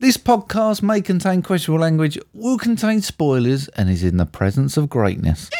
This podcast may contain questionable language, will contain spoilers, and is in the presence of greatness.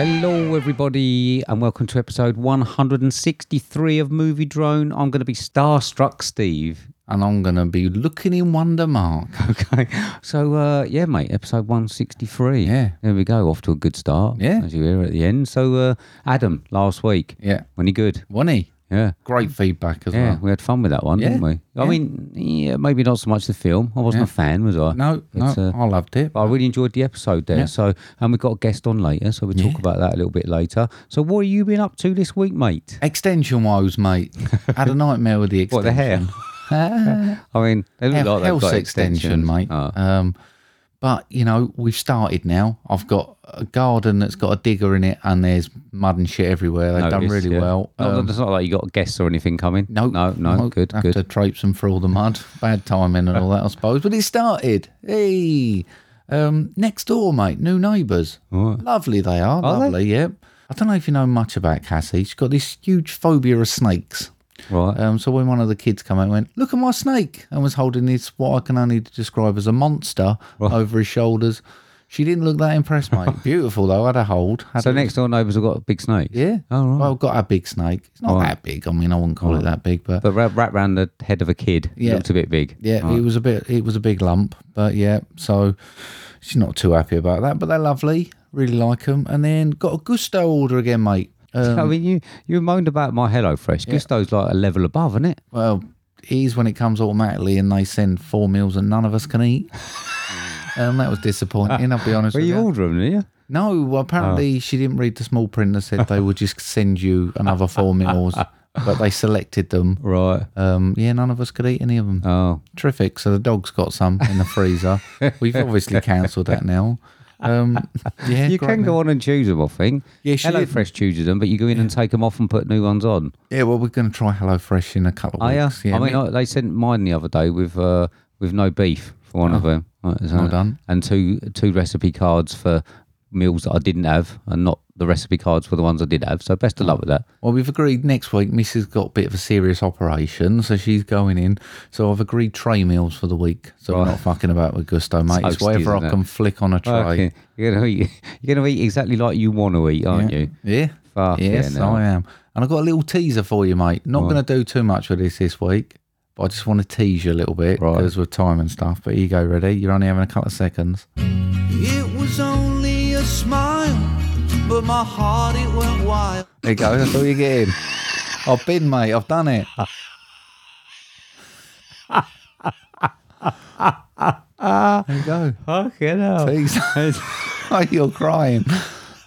Hello, everybody, and welcome to episode 163 of Movie Drone. I'm going to be starstruck, Steve. And I'm going to be looking in wonder, Mark. Okay, so uh, yeah, mate, episode 163. Yeah. there we go, off to a good start. Yeah. as you hear at the end. So, uh, Adam, last week, Yeah. wasn't he good? Wasn't he? Yeah, Great feedback as yeah, well. we had fun with that one, didn't we? I yeah. mean, yeah, maybe not so much the film. I wasn't a fan, was I? No, no, It's, uh, I loved it. But I really enjoyed the episode there. Yeah. So, and we've got a guest on later, so we'll talk about that a little bit later. So, what have you been up to this week, mate? Extension woes, mate. Had a nightmare with the extension. What the hair? I mean, they look like Hel- they've health got extension, extensions. mate. Oh, Um, but you know, we've started now. I've got a garden that's got a digger in it, and there's mud and shit everywhere. They've done noticed, really yeah. well. Not, Um, it's not like you got guests or anything coming. no, no, no. Good, have good. to traipse them through all the mud. Bad timing and all that, I suppose. But it started. Hey, um, next door, mate. New neighbours. Right. Lovely they are. Oh. Are they? lovely, yep. I don't know if you know much about Cassie. She's got this huge phobia of snakes. Right. Um, so when one of the kids came out and went, look at my snake, and was holding this what I can only describe as a monster over his shoulders, she didn't look that impressed, mate. Beautiful though, had a hold. Had so a- next door neighbours have got a big snake. yeah. Oh, right. Well, got a big snake. It's not Right. that big. I mean, I wouldn't call it that big, but, But wrapped wrapped round the head of a kid. Yeah. It looked a bit big. yeah, it was a bit. It was a big lump, but yeah. So she's not too happy about that. But they're lovely. Really like them. And then got a gusto order again, mate. Um, I mean, you you moaned about my HelloFresh. Gusto's like a level above, isn't it? Well, it is when it comes automatically and they send four meals and none of us can eat. um, that was disappointing, I'll be honest Well, with you you. order them, didn't you? no, well, apparently she didn't read the small print that said they would just send you another four meals, but they selected them. Right. Um, yeah, none of us could eat any of them. Oh, Terrific. So the dog's got some in the freezer. We've obviously cancelled that now. Um, yeah, you great can go on and choose them. I think. Yeah, she didn't- HelloFresh chooses them, but you go in and take them off and put new ones on. Yeah, well, we're going to try HelloFresh in a couple of I, uh, weeks. Yeah, I mean, I, they sent mine the other day with uh, with no beef for one of them. Right, so- Oh. Well done. And two two recipe cards for meals that I didn't have, and not the recipe cards for the ones I did have. So Oh, best of luck with that. Well, we've agreed next week. Mrs. got a bit of a serious operation, so she's going in. So I've agreed tray meals for the week. So we're not fucking about with gusto, mate. it's Toasty, whatever isn't I it? can flick on a tray. Okay. You're gonna eat, you're gonna eat exactly like you want to eat, aren't you? Yeah. Fuck yeah, yes, no. I am. And I've got a little teaser for you, mate. Not going to do too much with this this week, but I just want to tease you a little bit Right. because with time and stuff. But here you go, ready? You're only having a couple of seconds. It was only a smile, but my heart it went wild. There you go. That's all you're getting. I've been, mate. I've done it. there you go. Fucking hell. Please. oh, you're crying.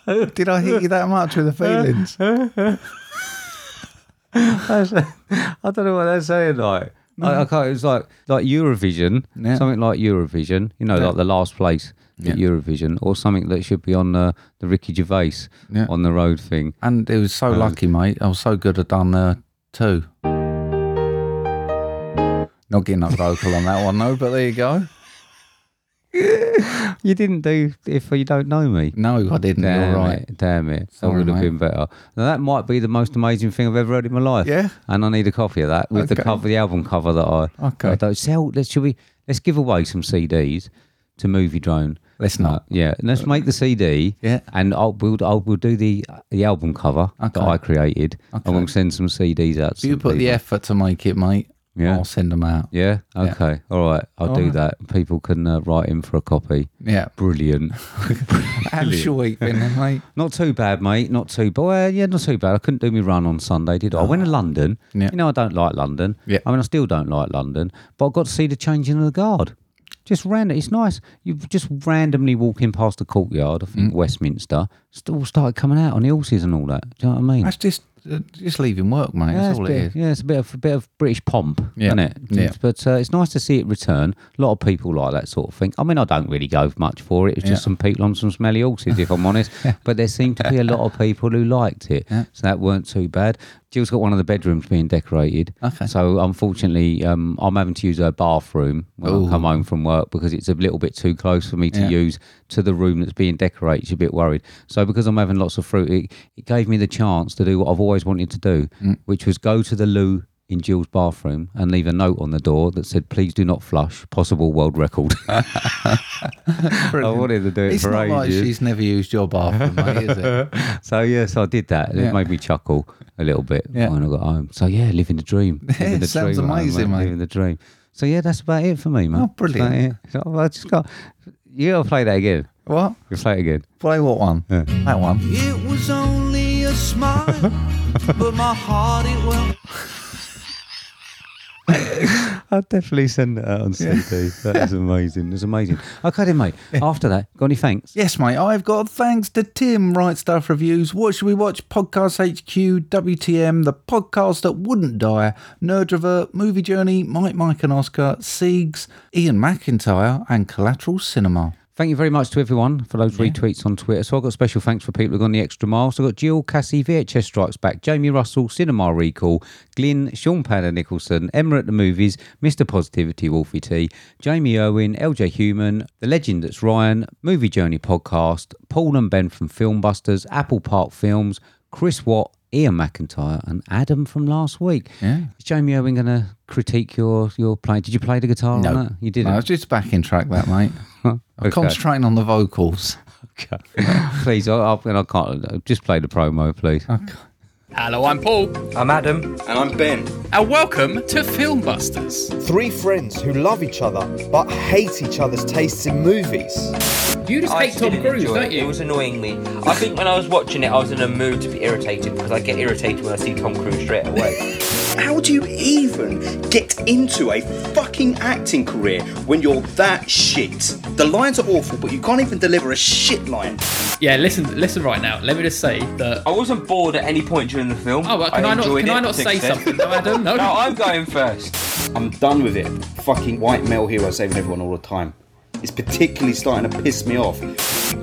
Did I hit you that much with the feelings? I don't know what they're saying. Like, I, I can't. It's like like Eurovision, Mm. Yeah. something like Eurovision. You know, like the last place at Eurovision, or something that should be on uh, the Ricky Gervais Yeah. on the road thing. And it was so Oh. lucky, mate. I was so good at done uh, two. Not getting that vocal on that one, though, but there you go. You didn't do if you don't know me. No, I didn't. Damn you're right. it! Damn it! That Sorry, would have mate. been better. Now that might be the most amazing thing I've ever heard in my life. Yeah? And I need a copy of that with Okay. the cover, the album cover that I. Okay. that I don't sell. Let's should we? Let's give away some CDs to Movie Drone. Uh, Let's not. yeah, let's make the CD. Yeah. And I'll we'll, I'll we'll do the the album cover Okay. that I created. And we'll send some CDs out. To You some put the people. effort to make it, mate. Yeah. I'll send them out. Yeah. Okay. All right. I'll do that. People can uh, write in for a copy. Yeah. Brilliant. How's your week been then, mate? Not too bad, mate. Not too bad. Well, yeah, not too bad. I couldn't do my run on Sunday, did I? I Ah. went to London. Yeah. You know, I don't like London. Yeah. I mean, I still don't like London, but I got to see the changing of the guard. Just random. It's nice. You just randomly walking past the courtyard, I Mm. think Westminster, still started coming out on the horses and all that. Do you know what I mean? That's just uh, just leaving work, mate. yeah, That's it's all a it bit- is. yeah, it's a bit of a bit of British pomp, Yeah. isn't it? Yeah. But uh, it's nice to see it return. A lot of people like that sort of thing. I mean, I don't really go much for it. It's just Yeah. some people on some smelly horses, if I'm honest. But there seemed to be a lot of people who liked it, Yeah. so that weren't too bad. Jill's got one of the bedrooms being decorated. Okay. So unfortunately, um, I'm having to use her bathroom when Ooh. I come home from work because it's a little bit too close for me to Yeah. use to the room that's being decorated. She's a bit worried. So because I'm having lots of fruit, it, it gave me the chance to do what I've always wanted to do, Mm. which was go to the loo in Jill's bathroom and leave a note on the door that said, "Please do not flush. Possible world record." I Brilliant. wanted to do it It's for not like ages. she's never used your bathroom, mate, is it? So yes, I did that. It Yeah. made me chuckle a little bit Yeah. when I got home. So yeah, living the dream. Living the sounds dream at home, amazing, mate. Living the dream. So yeah, that's about it for me, man. Oh, brilliant. That's about it. So I just got. You gotta play that again. What? You play it again. Play what one? Yeah. That one. It was only a smile, but my heart it went I'll definitely send it out on CD. That is amazing. It's amazing. Okay then, mate. After that, got any thanks? Yes, mate. I've got thanks to Tim, Right Stuff Reviews, What Should We Watch, Podcast HQ, WTM, The Podcast That Wouldn't Die, Nerdrovert, Movie Journey, Mike, Mike and Oscar, Siegs, Ian McIntyre, and Collateral Cinema. Thank you very much to everyone for those retweets on Twitter. So I've got special thanks for people who've gone the extra mile. So I've got Jill, Cassie, VHS Strikes Back, Jamie Russell, Cinema Recall, Glyn, Sean Panner Nicholson, Emma at the Movies, Mr. Positivity, Wolfie T, Jamie Irwin, LJ Human, The Legend That's Ryan, Movie Journey Podcast, Paul and Ben from Filmbusters, Apple Park Films, Chris Watt, Ian McIntyre, and Adam from last week. Yeah. Is Jamie Irwin going to critique your, your play? Did you play the guitar on No. that? You didn't? I was just backing track that, mate. I'm Okay. concentrating on the vocals. Okay. please, I, I, and I can't uh, just play the promo, please. Oh, Hello, I'm Paul. I'm Adam. And I'm Ben. And welcome to Filmbusters. Three friends who love each other but hate each other's tastes in movies. You just hate Tom didn't Cruise, enjoy don't it. It you? was annoying me. I think when I was watching it, I was in a mood to be irritated because I get irritated when I see Tom Cruise straight away. How do you even get into a fucking acting career when you're that shit? The lines are awful, but you can't even deliver a shit line. Yeah, listen, listen right now. Let me just say that. I wasn't bored at any point during the film. Oh, well, can I, not? enjoyed Can it I not to say extent. something? No, Adam. No. No, I'm going first. I'm done with it. Fucking white male hero saving everyone all the time. It's particularly starting to piss me off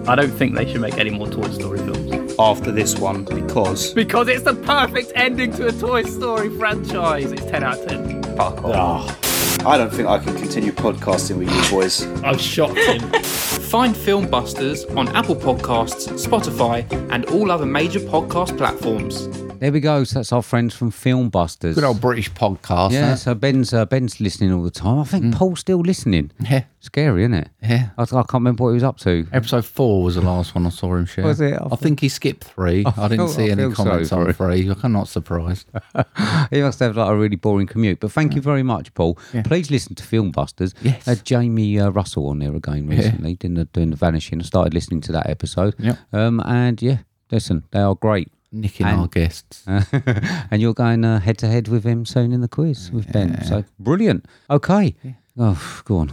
I don't think they should make any more Toy Story films. after this one because Because it's the perfect ending to a Toy Story franchise. It's 10 out of 10. Fuck off. I don't think I can continue podcasting with you boys. I was shocked. Tim. Find Filmbusters on Apple Podcasts, Spotify, and all other major podcast platforms. There we go. So that's our friends from Filmbusters. Good old British podcast. yeah, that. so Ben's uh, Ben's listening all the time. I think Paul's still listening. Mm. Yeah. Scary, isn't it? Yeah. I, I can't remember what he was up to. Episode four was the last one I saw him share. Was it? I I, thought- think he skipped three. I, didn't feel- see I any feel comments sorry on three. I'm not surprised. He must have like a really boring commute. But thank you very much, Paul. Please listen to Filmbusters. Yes. Had Jamie uh, Russell on there again recently, doing, the, doing the Vanishing. I started listening to that episode. Yep. Um, and yeah, listen, they are great. Nicking And- our guests. and you're going uh, head to head with him soon in the quiz with Ben. So brilliant. Okay. Oh, go on.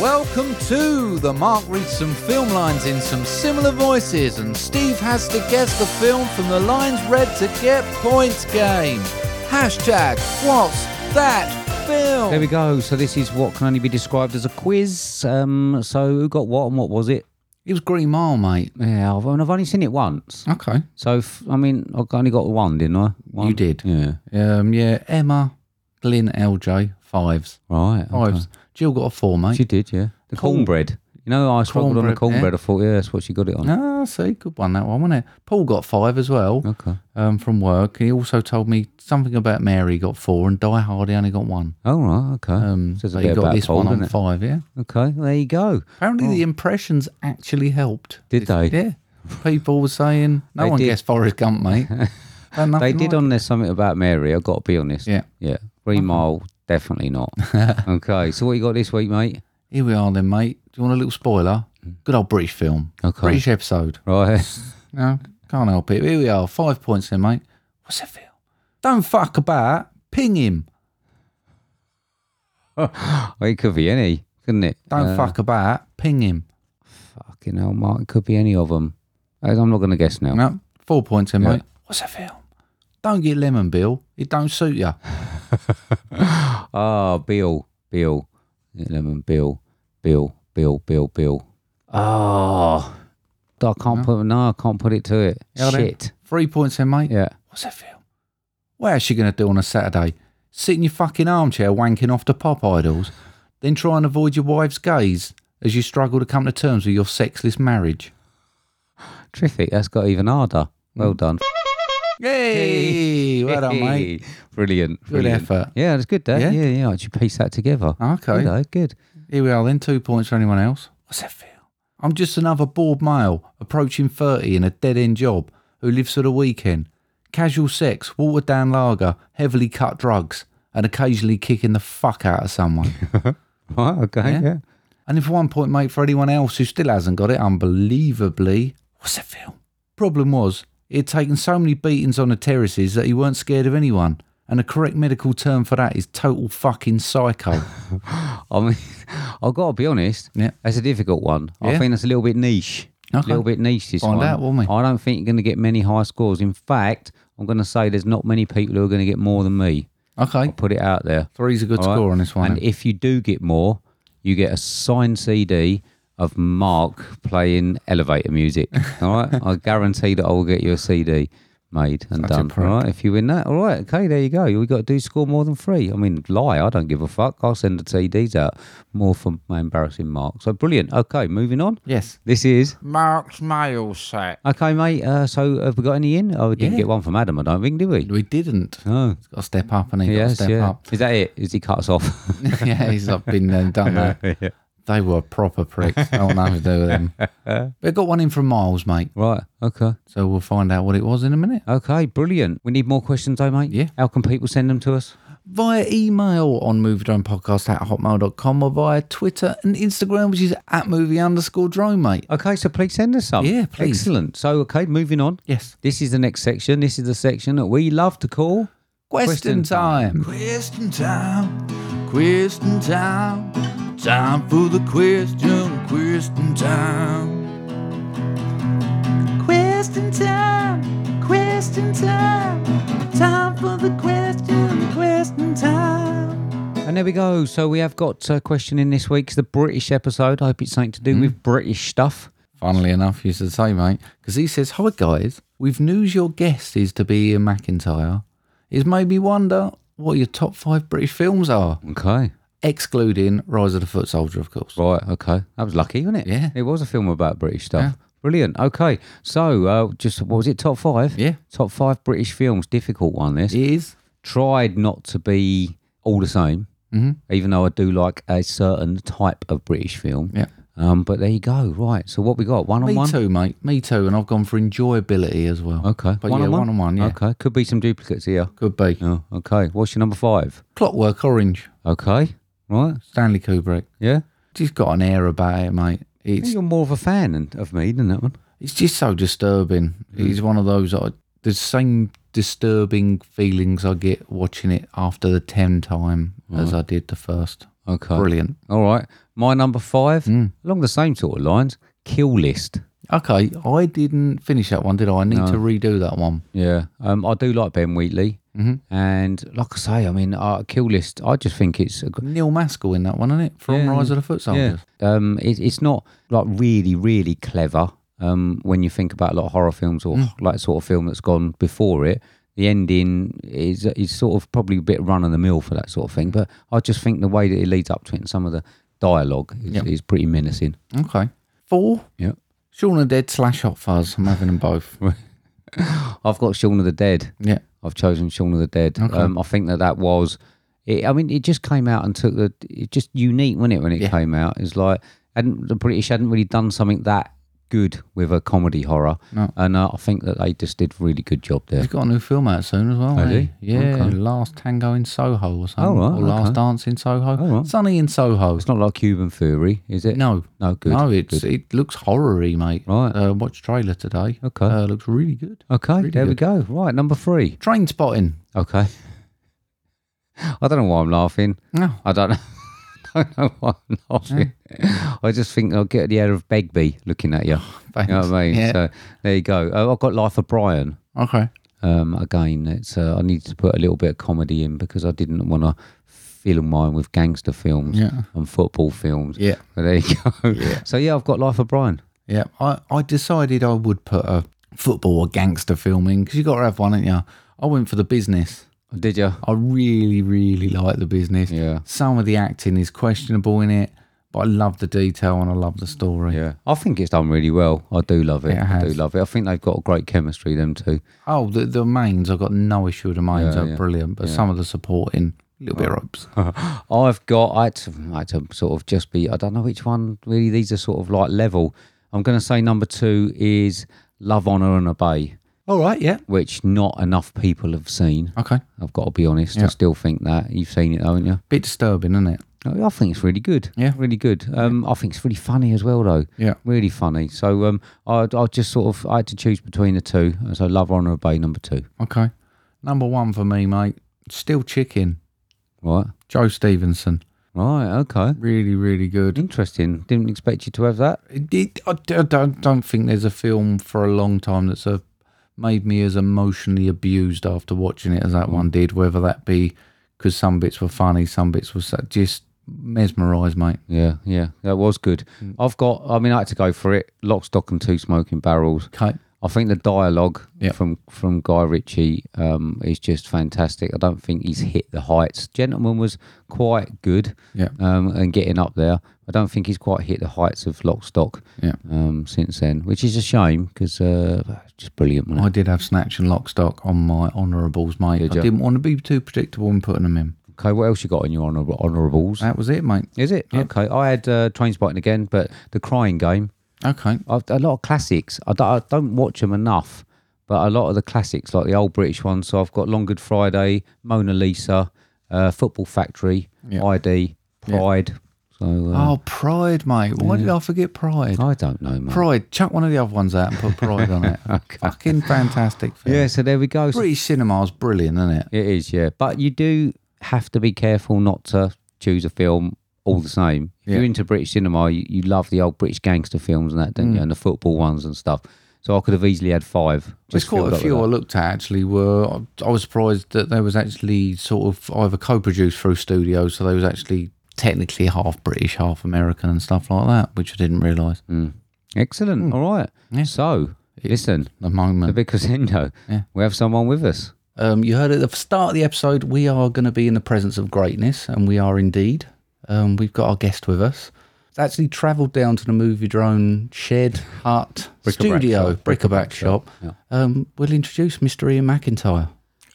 Welcome to the Mark reads some film lines in some similar voices, and Steve has to guess the film from the lines read to get points game. Hashtag what's that film? There we go. So this is what can only be described as a quiz. Um, so who got what and what was it? It was Green Mile, mate. Yeah, I've, I've only seen it once. Okay. So f- I mean, I only got one, didn't I? One? You did. Yeah. Um, yeah, Emma, Glyn, LJ, fives. Right. okay. Fives. Jill got a four, mate. She did. Yeah. The Corn- cornbread. You know, I struggled on the Cornbread, yeah. cornbread. I thought, yeah, that's what she got it on. Ah, see, good one that one, wasn't it? Paul got five as well Okay. um, from work. He also told me something about Mary got four and Die Hard he only got one. All Oh, right. Okay. Um, Says a but bit he got about this Paul, one doesn't on it? five, yeah. Okay. There you go. Apparently, the impressions actually helped. Did they? Yeah. People were saying, no They one did. guessed Forrest Gump, mate. Done They nothing did like on there something about Mary. I've got to be honest. Yeah. Yeah. Green Mile, definitely not. okay. So what you got this week, mate? it. Here we are then, mate. Do you want a little spoiler? Good old British film. Mm. Okay. British episode. Right. No, can't help it. Here we are. Five points then, mate. What's that film? Don't fuck about. Ping him. it could be any, couldn't it? Don't Uh, fuck about. Ping him. Fucking hell, Mark. It could be any of them. I'm not going to guess now. No, four points in, Yeah. mate. What's a film? Don't get lemon, Bill. It don't suit you. Ah, Bill, Bill, Lemon, Bill, Bill, Bill, Bill, Bill. Ah, I can't put no, I can't put it to it. Yeah, then. Shit. Three points in, mate. Yeah. What's a film? What is she going to do on a Saturday? Sit in your fucking armchair wanking off to pop idols, then try and avoid your wife's gaze as you struggle to come to terms with your sexless marriage. Terrific. That's got even harder. Well Mm. done. Yay! well done, mate. Brilliant. Good brilliant. effort. Yeah, it's good, Dad. Yeah? Yeah, yeah. yeah. I should piece that together. Okay. You know, good. Here we are then, two points for anyone else. What's that feel? I'm just another bored male approaching 30 in a dead end job who lives for the weekend. Casual sex, watered down lager, heavily cut drugs, and occasionally kicking the fuck out of someone. Right. Okay. Yeah? Yeah. and if one point, mate, for anyone else who still hasn't got it, unbelievably, what's that feel? Problem was, he had taken so many beatings on the terraces that he weren't scared of anyone. And the correct medical term for that is total fucking psycho. I mean, I've got to be honest. Yeah. That's a difficult one. Yeah. I think that's a little bit niche. A Okay. little bit niche this Find one. out, won't we? I don't think you're going to get many high scores. In fact, I'm going to say there's not many people who are going to get more than me. Okay. I'll put it out there. Three's a good All right? score on this one. eh? And if you do get more, you get a signed CD of Mark playing elevator music. All right, I guarantee that I will get you a CD made and Such a done. All prick. right, if you win that, all right, okay, there you go. We got to do score more than three. I mean, lie, I don't give a fuck. I'll send the CDs out more for my embarrassing Mark. So brilliant. Okay, moving on. yes. This is Mark's mail set. okay, mate. Uh, so have we got any in? Oh, we didn't Yeah. get one from Adam. I don't think, did we? We didn't. No. He's got to step up and he's got to Yes. step Yeah. up. Is that it? Is he cut us off? yeah, he's up been there and done that. They were proper pricks. I don't know what to do with them. But got one in from Miles, mate. right. Okay. So we'll find out what it was in a minute. Okay, brilliant. We need more questions though, mate. Yeah. How can people send them to us? Via email on moviedronepodcast at hotmail.com or via Twitter and Instagram, which is at movie underscore drone, mate. Okay, so please send us some. Yeah, please. Excellent. So, okay, moving on. Yes. This is the next section. This is the section that we love to call. Question Question time. Question time, question time, time for the question, question time. Question time, question time, time for the question, question time. And there we go. So, we have got a question in this week's the British episode. I hope it's something to Hmm. do with British stuff. Funnily enough, you should say, mate, because he says, Hi guys, we've news your guest is to be Ian McIntyre. It's made me wonder what your top five British films are, Okay. excluding Rise of the Foot Soldier, of course. Right. Okay. That was lucky, wasn't it? Yeah. It was a film about British stuff. Brilliant. Okay. So, uh, just what was it? Top five? Yeah. Top five British films. Difficult one, this. It is. tried not to be all the same, Mm-hmm. even though I do like a certain type of British film. Yeah. Um, but there you go. Right. So what we got? One on Me one. too, mate. Me too. And I've gone for enjoyability as well. Okay. But yeah, one on one, yeah. Okay. Could be some duplicates here. Could be. Oh, okay. What's your number five? Clockwork Orange, Okay. Right. Stanley Kubrick. Yeah. Just got an air about it, mate. I It's think You're more of a fan than- of me than that one. it's just so disturbing. Mm. It's one of those I, the same disturbing feelings I get watching it after the ten time as I did the first. Okay. Brilliant. Mm. All right. My number five, along the same sort of lines, Kill List. Okay, I didn't finish that one, did I? I need to redo that one. Yeah, um, I do like Ben Wheatley, Mm-hmm. and like I say, I mean, uh, Kill List. I just think it's a, gr- Neil Maskell in that one, isn't it? From Yeah. Rise of the Foot Soldiers. Um, it, it's not like really, really clever. Um, when you think about a lot of horror films or like sort of film that's gone before it, the ending is is sort of probably a bit run of the mill for that sort of thing. But I just think the way that it leads up to it and some of the dialogue is, is pretty menacing. Okay, four. Yeah, Shaun of the Dead slash Hot Fuzz. I'm having them both. I've got Shaun of the Dead. Yeah. I've chosen Shaun of the Dead. Um, I think that that was, it, I mean, it just came out and took the, it just unique, wasn't it, when it came out? It's like, hadn't, the British hadn't really done something that good with a comedy horror. And uh, I think that they just did a really good job there. He's got a new film out soon as well. Has eh? he? Yeah, Okay. Last Tango in Soho or something. Oh, right, or Last okay. Dance in Soho. Oh, right. Sunny in Soho. It's not like Cuban Fury, is it? no, No, good. no. It's good. it looks horror-y, mate. Right. Uh, watch trailer today. Okay. Uh, looks really good. Okay, really there we good. go. Right, number three. Train spotting. Okay. I don't know why I'm laughing. No. I don't know. don't know why I'm laughing. I just think I'll get the air of Begbie looking at you. you know what I mean? Yeah. Oh, So there you go. Oh, I've got Life of Brian. Okay. Um, again, it's uh, I needed to put a little bit of comedy in because I didn't want to fill mine with gangster films Yeah. and football films. Yeah. But there you go. So yeah, I've got Life of Brian. Yeah, I, I decided I would put a football or gangster film in because you got to have one, ain't you? I went for the business. Did you? I really, really like the business. Yeah. Some of the acting is questionable in it, but I love the detail and I love the story. Yeah, I think it's done really well. I do love it. It I do has. love it. I think they've got great chemistry, them two. Oh, the, the mains, I've got no issue with the mains. Yeah, They're yeah. brilliant, but some of the supporting, little bit ropes. I've got. I had, to, I had to sort of just be. I don't know which one really. These are sort of like level. I'm going to say number two is Love, Honor, and Obey, All right, yeah. which not enough people have seen. Okay. I've got to be honest. I still think that you've seen it, haven't you? Bit disturbing, isn't it? I I think it's really good. Yeah. really good. Um, I think it's really funny as well, though. Yeah. really funny. So um, I I just sort of I had to choose between the two. So Love, Honor, Obey, number two. Okay. Number one for me, mate, still chicken. Right, Joe Stevenson. right, okay. Really, really good. Interesting. Didn't expect you to have that. It, it, I, d- I don't, don't think there's a film for a long time that's uh made me as emotionally abused after watching it as that one did, whether that be because some bits were funny, some bits were sa- just mesmerised, mate. Yeah, yeah, that was good. Mm. I've got. I mean, I had to go for it. Lock, stock, and two smoking barrels. Okay. I think the dialogue Yeah. from from Guy Ritchie um, is just fantastic. I don't think he's hit the heights. Gentleman was quite good. Yeah. Um, and getting up there, I don't think he's quite hit the heights of Lock, Stock. Yeah. Um, since then, which is a shame because uh, it's just brilliant. wasn't I it? did have Snatch and Lockstock on my honourables, mate. Did I ya? didn't want to be too predictable in putting them in. Okay, what else you got on your honor- honourables? That was it, mate. Is it okay? I had uh, train spotting again, but the crying game. Okay. I've, a lot of classics. I don't, I don't watch them enough, but a lot of the classics, like the old British ones. So I've got Long Good Friday, Mona Lisa, uh, Football Factory, ID, Pride. So uh, Oh, Pride, mate. Why did I forget Pride? I don't know, mate. Oh, Pride. Chuck one of the other ones out and put Pride on it. Fucking fantastic film. Yeah, so there we go. So British cinema's brilliant, isn't it? it is, yeah. But you do have to be careful not to choose a film all the same. If you're into British cinema, you, you love the old British gangster films and that, don't Mm. you? And the football ones and stuff. So I could have easily had five. There's Just filled quite a up with few that. I looked at actually were. I- I was surprised that they was actually sort of either co-produced through studios, so they was actually technically half British, half American, and stuff like that, which I didn't realise Excellent. Mm. All right. So, listen, at the the moment. big casino, we have someone with us. Um, you heard at the start of the episode, we are going to be in the presence of greatness, and we are indeed. Um, we've got our guest with us. It's actually travelled down to the movie drone shed, hut, studio, shop. bric-a-brac shop. Um, we'll introduce Mr. Ian McIntyre.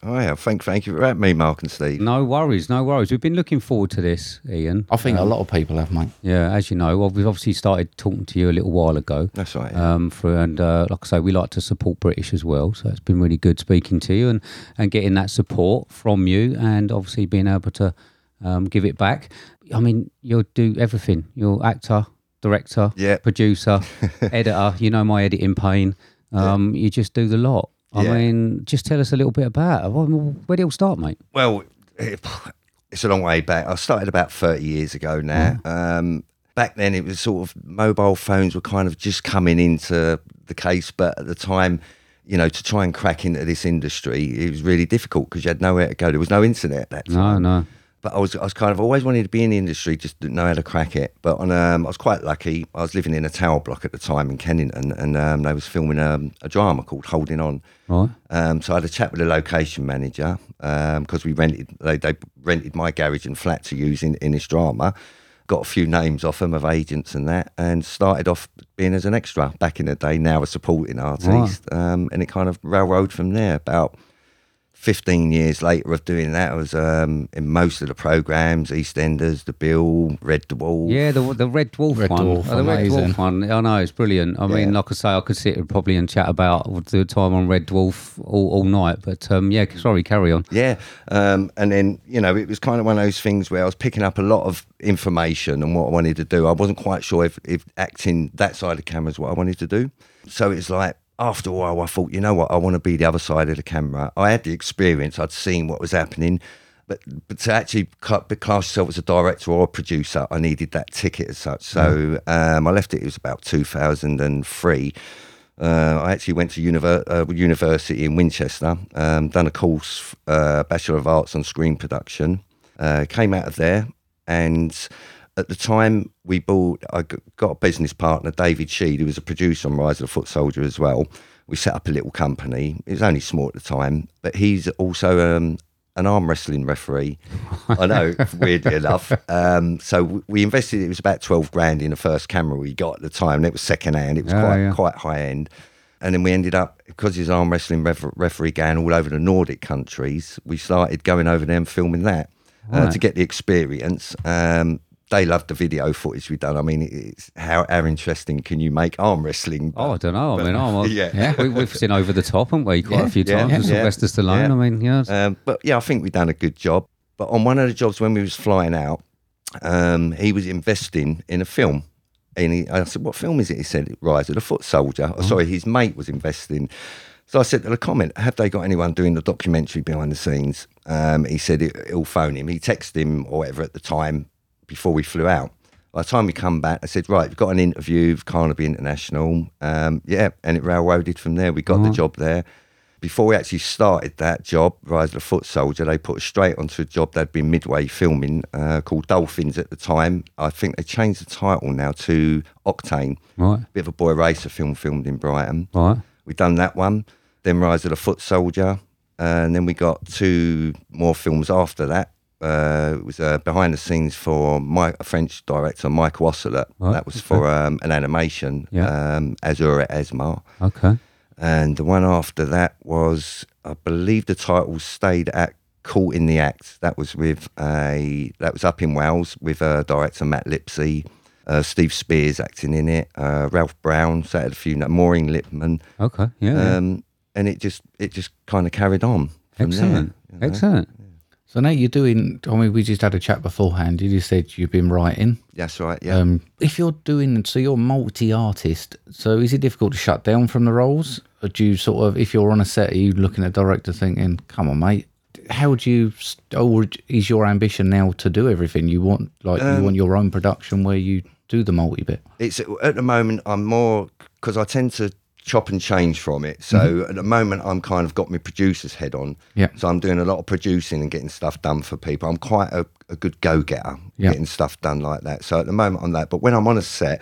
Oh yeah, thank thank you for having me, Mark and Steve. No worries, no worries. We've been looking forward to this, Ian. Uh, I think a lot of people have, mate. Yeah, as you know, well, we've obviously started talking to you a little while ago. That's right. yeah. Um, for and uh, like I say, we like to support British as well, so it's been really good speaking to you and and getting that support from you, and obviously being able to um, give it back. I mean, you'll do everything. You're actor, director, Yeah. producer, editor. You know my editing pain. Um, You just do the lot. I Yeah. mean, just tell us a little bit about it. Well, Where do you all start, mate? well, it- it's a long way back. I started about thirty years ago now. Um, back then, it was sort of mobile phones were kind of just coming into the case, but at the time. You know, to try and crack into this industry, it was really difficult because you had nowhere to go. There was no internet at that time. No, no. but I was I was kind of always wanted to be in the industry, just didn't know how to crack it. But on, um, I was quite lucky. I was living in a tower block at the time in Kennington, and um, they was filming um, a drama called Holding On. Right. Um, so I had a chat with the location manager because we rented they, they rented my garage and flat to use in, in this drama. Got a few names off them of agents and that, and started off being as an extra back in the day. Now a supporting artist, um, and it kind of railroad from there. About 15 years later of doing that, I was um, in most of the programs, EastEnders, The Bill, Red the Wall. Yeah, the the Red Dwarf Red one. Dwarf, Oh, the Red amazing. Dwarf one. I know it's brilliant. I mean, Yeah. like I say, I could sit here probably and chat about the time on Red Dwarf all, all night. But um, yeah, sorry, carry on. Yeah. Um, and then, you know, it was kind of one of those things where I was picking up a lot of information and what I wanted to do. I wasn't quite sure if, if acting that side of the camera is what I wanted to do. So it's like, after a while, I thought, you know what, I want to be the other side of the camera. I had the experience, I'd seen what was happening. But but, but to actually cut, be- class yourself as a director or a producer, I needed that ticket as such. So um, I left it. It was about 2003. Uh, I actually went to univer- uh, university in Winchester, um, done a course, uh, Bachelor of Arts on Screen Production. Uh, came out of there, and at the time we bought, I g- got a business partner, David Sheed, who was a producer on Rise of the Foot Soldier as well. We set up a little company. It was only small at the time, but he's also um, an arm wrestling referee. I know, weirdly enough. Um, so w- we invested. It was about twelve grand in the first camera we got at the time. And it was second hand. It was Oh, quite yeah. quite high end. And then we ended up because he's an arm wrestling ref- referee going all over the Nordic countries. We started going over there and filming that uh, Right. to get the experience. Um, they loved the video footage we done. I mean, it- it's how how interesting can you make arm wrestling? Oh, I don't know. I mean, oh, yeah. Yeah. yeah. We, we've seen over the top, haven't we? Quite a few times with Sylvester Stallone. I mean, yeah. Um, but yeah, I think we've done a good job. But on one of the jobs when we was flying out, um, he was investing in a film. And he, I said, "What film is it?" He said, "Rise of the Foot Soldier." Oh. Sorry, his mate was investing. So I said to the comment, "Have they got anyone doing the documentary behind the scenes?" Um, he said it, he'll phone him. He texted him or whatever at the time before we flew out. By the time we come back, I said, "Right, we've got an interview with Carnaby International." Um, yeah, and it railroaded from there. We got the job there before we actually started that job, Rise of the Foot Soldier, they put us straight onto a job they'd been midway filming uh, called Dolphins at the time. I think they changed the title now to Octane. Right. Bit of a boy racer film filmed in Brighton. Right. We've done that one, then Rise of the Foot Soldier, uh, and then we got two more films after that. Uh, it was uh, behind the scenes for my a French director, Michael Ocelot. Right, That was for um, an animation, Yeah. um, Azure at Esmar. Okay. And the one after that was, I believe the title stayed at Caught in the Act. That was with a, that was up in Wales with uh, director Matt Lipsey, uh, Steve Spears acting in it, uh, Ralph Brown, so it had a few, Maureen Lipman. Okay. Yeah. yeah. Um, and it just, it just kind of carried on from Excellent. there. Excellent. So now you're doing. I mean, we just had a chat beforehand. You just said you've been writing. That's right, yeah. Um, if you're doing, so you're multi-artist. So is it difficult to shut down from the roles? Or do you sort of, if you're on a set, are you looking at director thinking, "Come on, mate"? How do you? s- Or is your ambition now to do everything you want? Like you Um, want your own production where you do the multi bit. it's at the moment I'm more because I tend to chop and change from it. So at the moment I'm kind of got my producer's head on. Mm-hmm. Yeah. So I'm doing a lot of producing and getting stuff done for people. I'm quite a, a good go getter Yeah. getting stuff done like that. So at the moment I'm that. But when I'm on a set,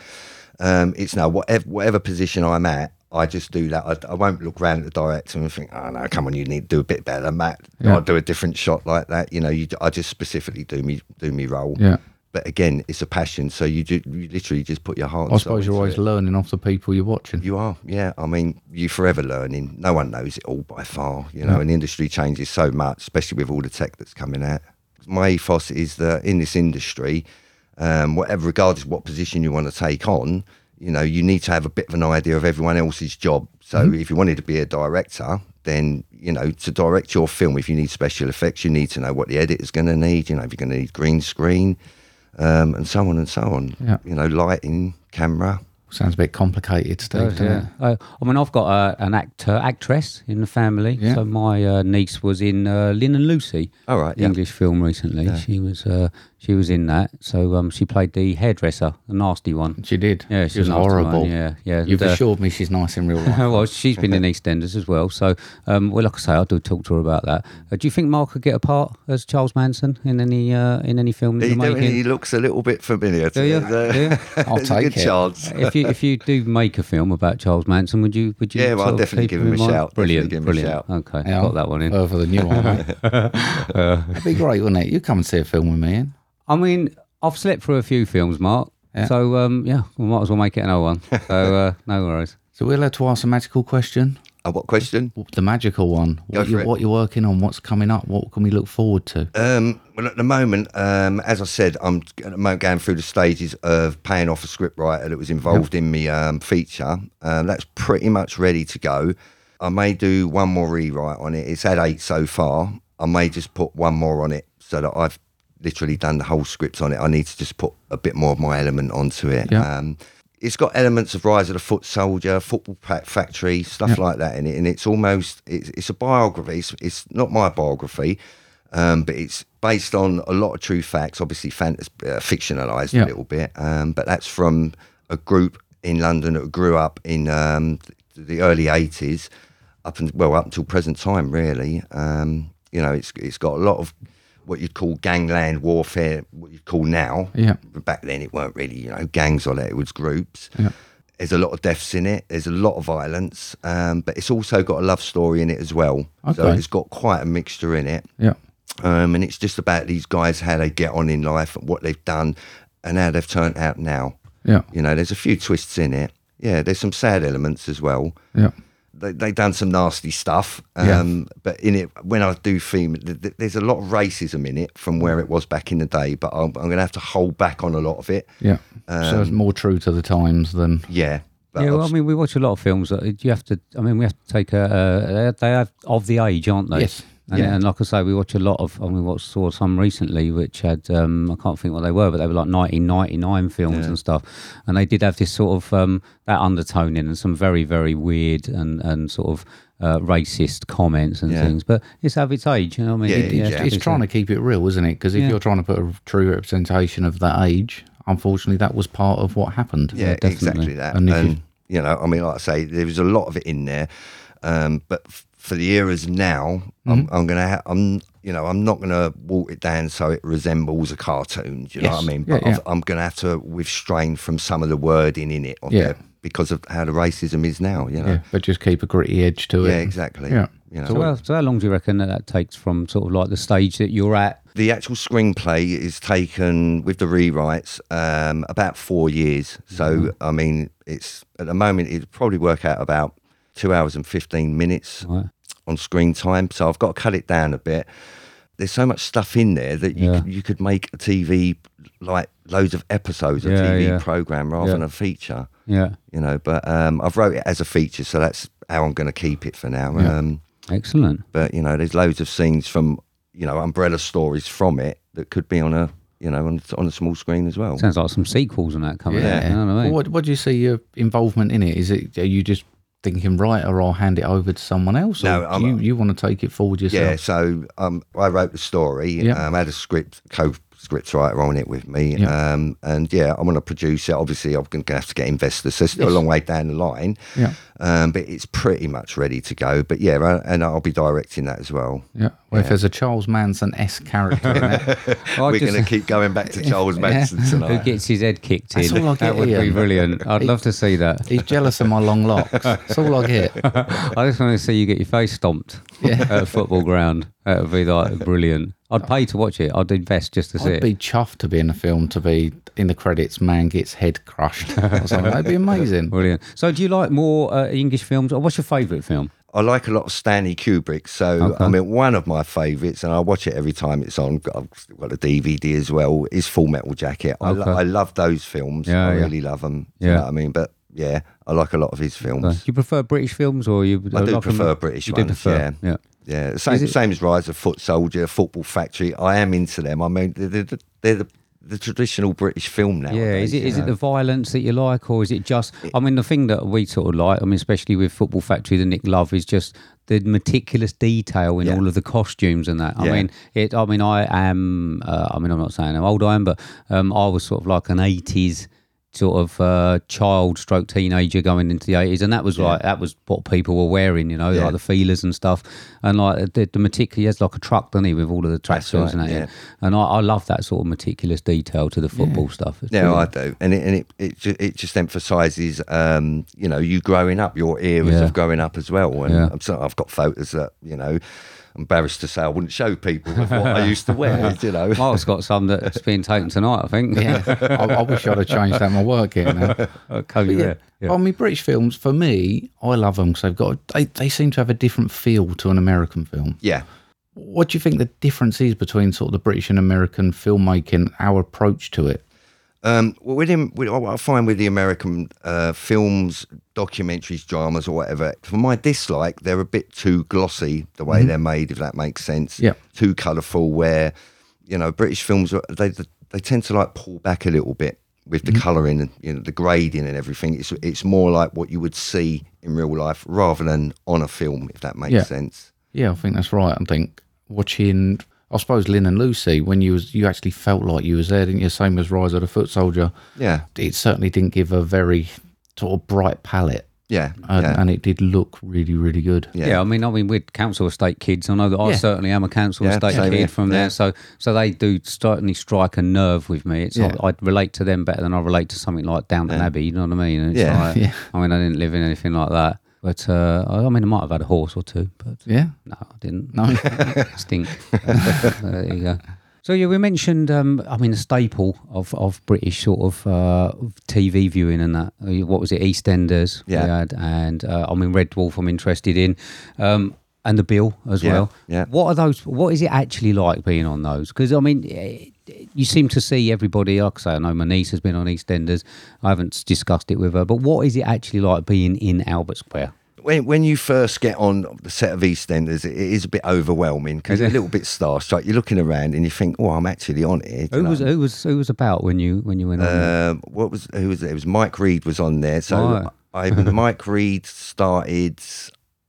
um, it's now whatever whatever position I'm at. I just do that. I, I won't look round at the director and think, "Oh no, come on, you need to do a bit better, than that. Yeah. I'll do a different shot like that." You know, you, I just specifically do me do me role. Yeah. But again, it's a passion, so you do you literally just put your heart. I and soul suppose you're into always it. learning off the people you're watching. You are, yeah. I mean, you're forever learning. No one knows it all by far, you know, and the industry changes so much, especially with all the tech that's coming out. My ethos is that in this industry, um, whatever, regardless of what position you want to take on, you know, you need to have a bit of an idea of everyone else's job. So if you wanted to be a director, then, you know, to direct your film, if you need special effects, you need to know what the editor's going to need, you know, if you're going to need green screen, um, and so on and so on. Yeah. You know, lighting, camera. Sounds a bit complicated, Steve. doesn't yeah. it? Uh, I mean, I've got uh, an actor, actress in the family. Yeah. So my uh, niece was in uh, Lynn and Lucy. All right, the yeah. English film recently. She was uh, she was in that. So um, she played the hairdresser, a nasty one. She did. Yeah, she she was was an afternoon, horrible. yeah, yeah, You've and, uh, assured me she's nice in real life. well, she's been in EastEnders as well. So, um, well, like I say, I do talk to her about that. Uh, do you think Mark could get a part as Charles Manson in any uh, in any film that He, you're making? definitely looks a little bit familiar to Do you? me. so- Do you? I'll There's a take good it. chance. if you if you do make a film about Charles Manson, would you would you? Yeah, well, I'll sort of definitely keep give in him a mind? shout. Brilliant, Definitely give him believe a brilliant. Okay, Yeah. got that one in. Further than you are. mate. Uh, It'd be great, wouldn't it? You come and see a film with me, Ian. I mean, I've slept through a few films, Mark. So um, yeah, we might as well make it another one. So uh, no worries. So we're allowed to ask a magical question. Uh, what question? The magical one. Go What, for you, it. what you're working on? What's coming up? What can we look forward to? Um, well, at the moment, um, as I said, I'm at the moment going through the stages of paying off a scriptwriter that was involved in me um, feature. Um, that's pretty much ready to go. I may do one more rewrite on it. It's had eight so far. I may just put one more on it so that I've literally done the whole script on it. I need to just put a bit more of my element onto it. Yeah. Um, it's got elements of Rise of the Foot Soldier, Football Pack Factory, stuff like that in it, and it's almost it's, it's a biography. It's, it's not my biography, Um, but it's based on a lot of true facts, obviously fan- uh, fictionalized Yeah. a little bit. Um, but that's from a group in London that grew up in um, th- the early 80s, up and well, up until present time, really. Um, you know, it's it's got a lot of what you'd call gangland warfare, what you'd call now. Yeah. But back then, it weren't really, you know, gangs or that, it was groups. Yeah. There's a lot of deaths in it. There's a lot of violence, um, but it's also got a love story in it as well. So Okay. it's got quite a mixture in it Yeah. um, and it's just about these guys how they get on in life and what they've done and how they've turned out now. Yeah. You know, there's a few twists in it. Yeah, there's some sad elements as well. Yeah. They they done some nasty stuff. Yeah. Um, But in it, when I do film, th- th- there's a lot of racism in it from where it was back in the day. But I'm, I'm going to have to hold back on a lot of it. Yeah. um, so it's more true to the times than. Yeah. But yeah, well, I obs- mean, we watch a lot of films. That you have to. I mean, we have to take a. Uh, they have of the age, aren't they? Yes. And, Yeah. and like I say, we watch a lot of. I mean, we watched, saw some recently, which had um, I can't think what they were, but they were like 1999 films and stuff, and they did have this sort of um, that undertone in and some very very weird and and sort of uh, racist comments and Yeah. things. But it's of its age, you know. what I mean, Yeah, yeah. has It's be It's said. trying to keep it real, isn't it? Because if Yeah. you're trying to put a true representation of that age, unfortunately, that was part of what happened. yeah, definitely. exactly that. And And, if you- you know, I mean, like I say, there was a lot of it in there, um, but f- for the eras now, I'm, I'm gonna, ha- I'm, you know, I'm not gonna water it down so it resembles a cartoon. Do you know Yes. what I mean? Yeah, But I've- yeah. I'm gonna have to restrain from some of the wording in it, of Yeah. it because of how the racism is now. You know, yeah, but just keep a gritty edge to yeah, it. exactly. Yeah. You know, So, how, so how long do you reckon that that takes from sort of like the stage that you're at? the actual screenplay is taken with the rewrites um, about four years. So Mm-hmm. I mean, it's at the moment it'd probably work out about two hours and fifteen minutes Right. on screen time. So I've got to cut it down a bit. There's so much stuff in there that you Yeah. could, you could make a TV like loads of episodes of Yeah, TV yeah. program rather Yeah. than a feature. Yeah. You know, but um, I've wrote it as a feature, so that's how I'm going to keep it for now. Um, Excellent. but you know there's loads of scenes from you know umbrella stories from it that could be on a you know on, on a small screen as well Sounds like some sequels and that coming out. You know what I mean? Well, what, what do you see your involvement in it? Is it are you just thinking right, or I'll hand it over to someone else? No, or I'm- do you you want to take it forward yourself? yeah so um, i wrote the story Yeah. um, i had a script co-script writer on it with me Yeah. um, and yeah i'm going to produce it obviously i'm going to have to get investors so it's still a long way down the line Yeah. um, but it's pretty much ready to go but yeah I, and i'll be directing that as well Yeah. Well, if there's a Charles Manson s character in it, I we're just- going to keep going back to charles manson tonight Who gets his head kicked That's in? all I get, that would be Ian. brilliant. I'd love to see that. he's jealous of my long locks. That's all I get. I just want to see you get your face stomped at a football ground. That would be like brilliant. I'd pay to watch it. I'd invest just to see it. I'd be chuffed to be in a film to be in the credits. Man gets head crushed. Or something. That'd be amazing. Brilliant. So, do you like more uh, English films, or what's your favourite film? I like a lot of Stanley Kubrick, so I mean, one of my favourites, and I watch it every time it's on. I've still got a DVD as well. Is Full Metal Jacket. I, lo- Okay. I love those films. Yeah, I yeah. really love them. Yeah. You know what I mean, but yeah, I like a lot of his Uh, Do films. you prefer British films, or you? I do like 'em- prefer British You ones. do prefer. Yeah, Yeah. yeah. Same, it- same as Rise of Foot Soldier, Football Factory. I am into them. I mean, they're, they're, the- they're the, the traditional British film now. Yeah, is it is it the violence that you like, or is it just? I mean, the thing that we sort of like, I mean, especially with Football Factory, the Nick Love is just the meticulous detail in Yeah. all of the costumes and that. I Yeah. mean, it. I mean, I am. Uh, I mean, I'm not saying how old I am, but um, I was sort of like an '80s sort of uh, child stroke teenager going into the 80s and that was like that was what people were wearing you know Yeah. like the feelers and stuff and like the, the meticulous he has like a truck doesn't he with all of the tracksuits right, and that yeah. yeah. and I, I love that sort of meticulous detail to the football stuff It's No, brilliant. I do, and it and it it, ju- it just emphasises, um, you know, you growing up, your eras Yeah. of growing up as well. And Yeah. I'm so, I've got photos that you know, embarrassed to say I wouldn't show people of what I used to wear. you know, Mark's got some that's being taken tonight, I think. Yeah. I, I wish I'd have changed that in my work here now. Uh, Cody But Rare. yeah, Yeah. I mean, British films for me, I love them because they've got they, they seem to have a different feel to an American film. yeah, What do you think the difference is between sort of the British and American filmmaking, our approach to it? Um, well, with him, with, what I find with the American uh, films, documentaries, dramas, or whatever, for my dislike, they're a bit too glossy the way they're made, if that makes sense. Mm-hmm. Yeah. Too colourful, where, you know, British films, are- they, they tend to like pull back a little bit with Mm-hmm. the colouring and you know, the grading and everything. It's, it's more like what you would see in real life rather than on a film, if that makes Yeah. sense. Yeah, I think that's right. I think watching I suppose Lynn and Lucy, when you was you actually felt like you was there, didn't you? Same as Rise of the Foot Soldier. Yeah. It certainly didn't give a very sort of bright palette. Yeah, And, yeah. and it did look really, really good. Yeah. I mean, I mean, we're council estate kids. I know that I Yeah. certainly am a council Yeah, estate same kid here. from Yeah. there. So, so they do certainly strike a nerve with me. It's Yeah. I, I relate to them better than I relate to something like Downton Abbey. You know what I mean? And It's Yeah. Like, Yeah. I mean, I didn't live in anything like that. But uh, I I mean, I might have had a horse or two, but Yeah. no, I didn't. No. stink. there you go. So yeah, we mentioned. Um, I mean, a staple of, of British sort of uh, of TV viewing and that. Uh, What was it? EastEnders. we Yeah. had, and uh, I mean Red Dwarf. I'm interested in, um, and the Bill as Yeah, well. yeah. What are those? What is it actually like being on those? Because I mean, eh, you seem to see everybody. Like I say, I know my niece has been on EastEnders. I haven't s- discussed it with her, but what is it actually like being in Albert Square? when when you first get on the set of EastEnders, it is a bit overwhelming because you're a little bit starstruck. You're looking around and you think, "Oh, I'm actually on here." Who was who was who was about when you when you went on? Um, what was who was it? It was Mike Reed was on there. So I Mike Reed started.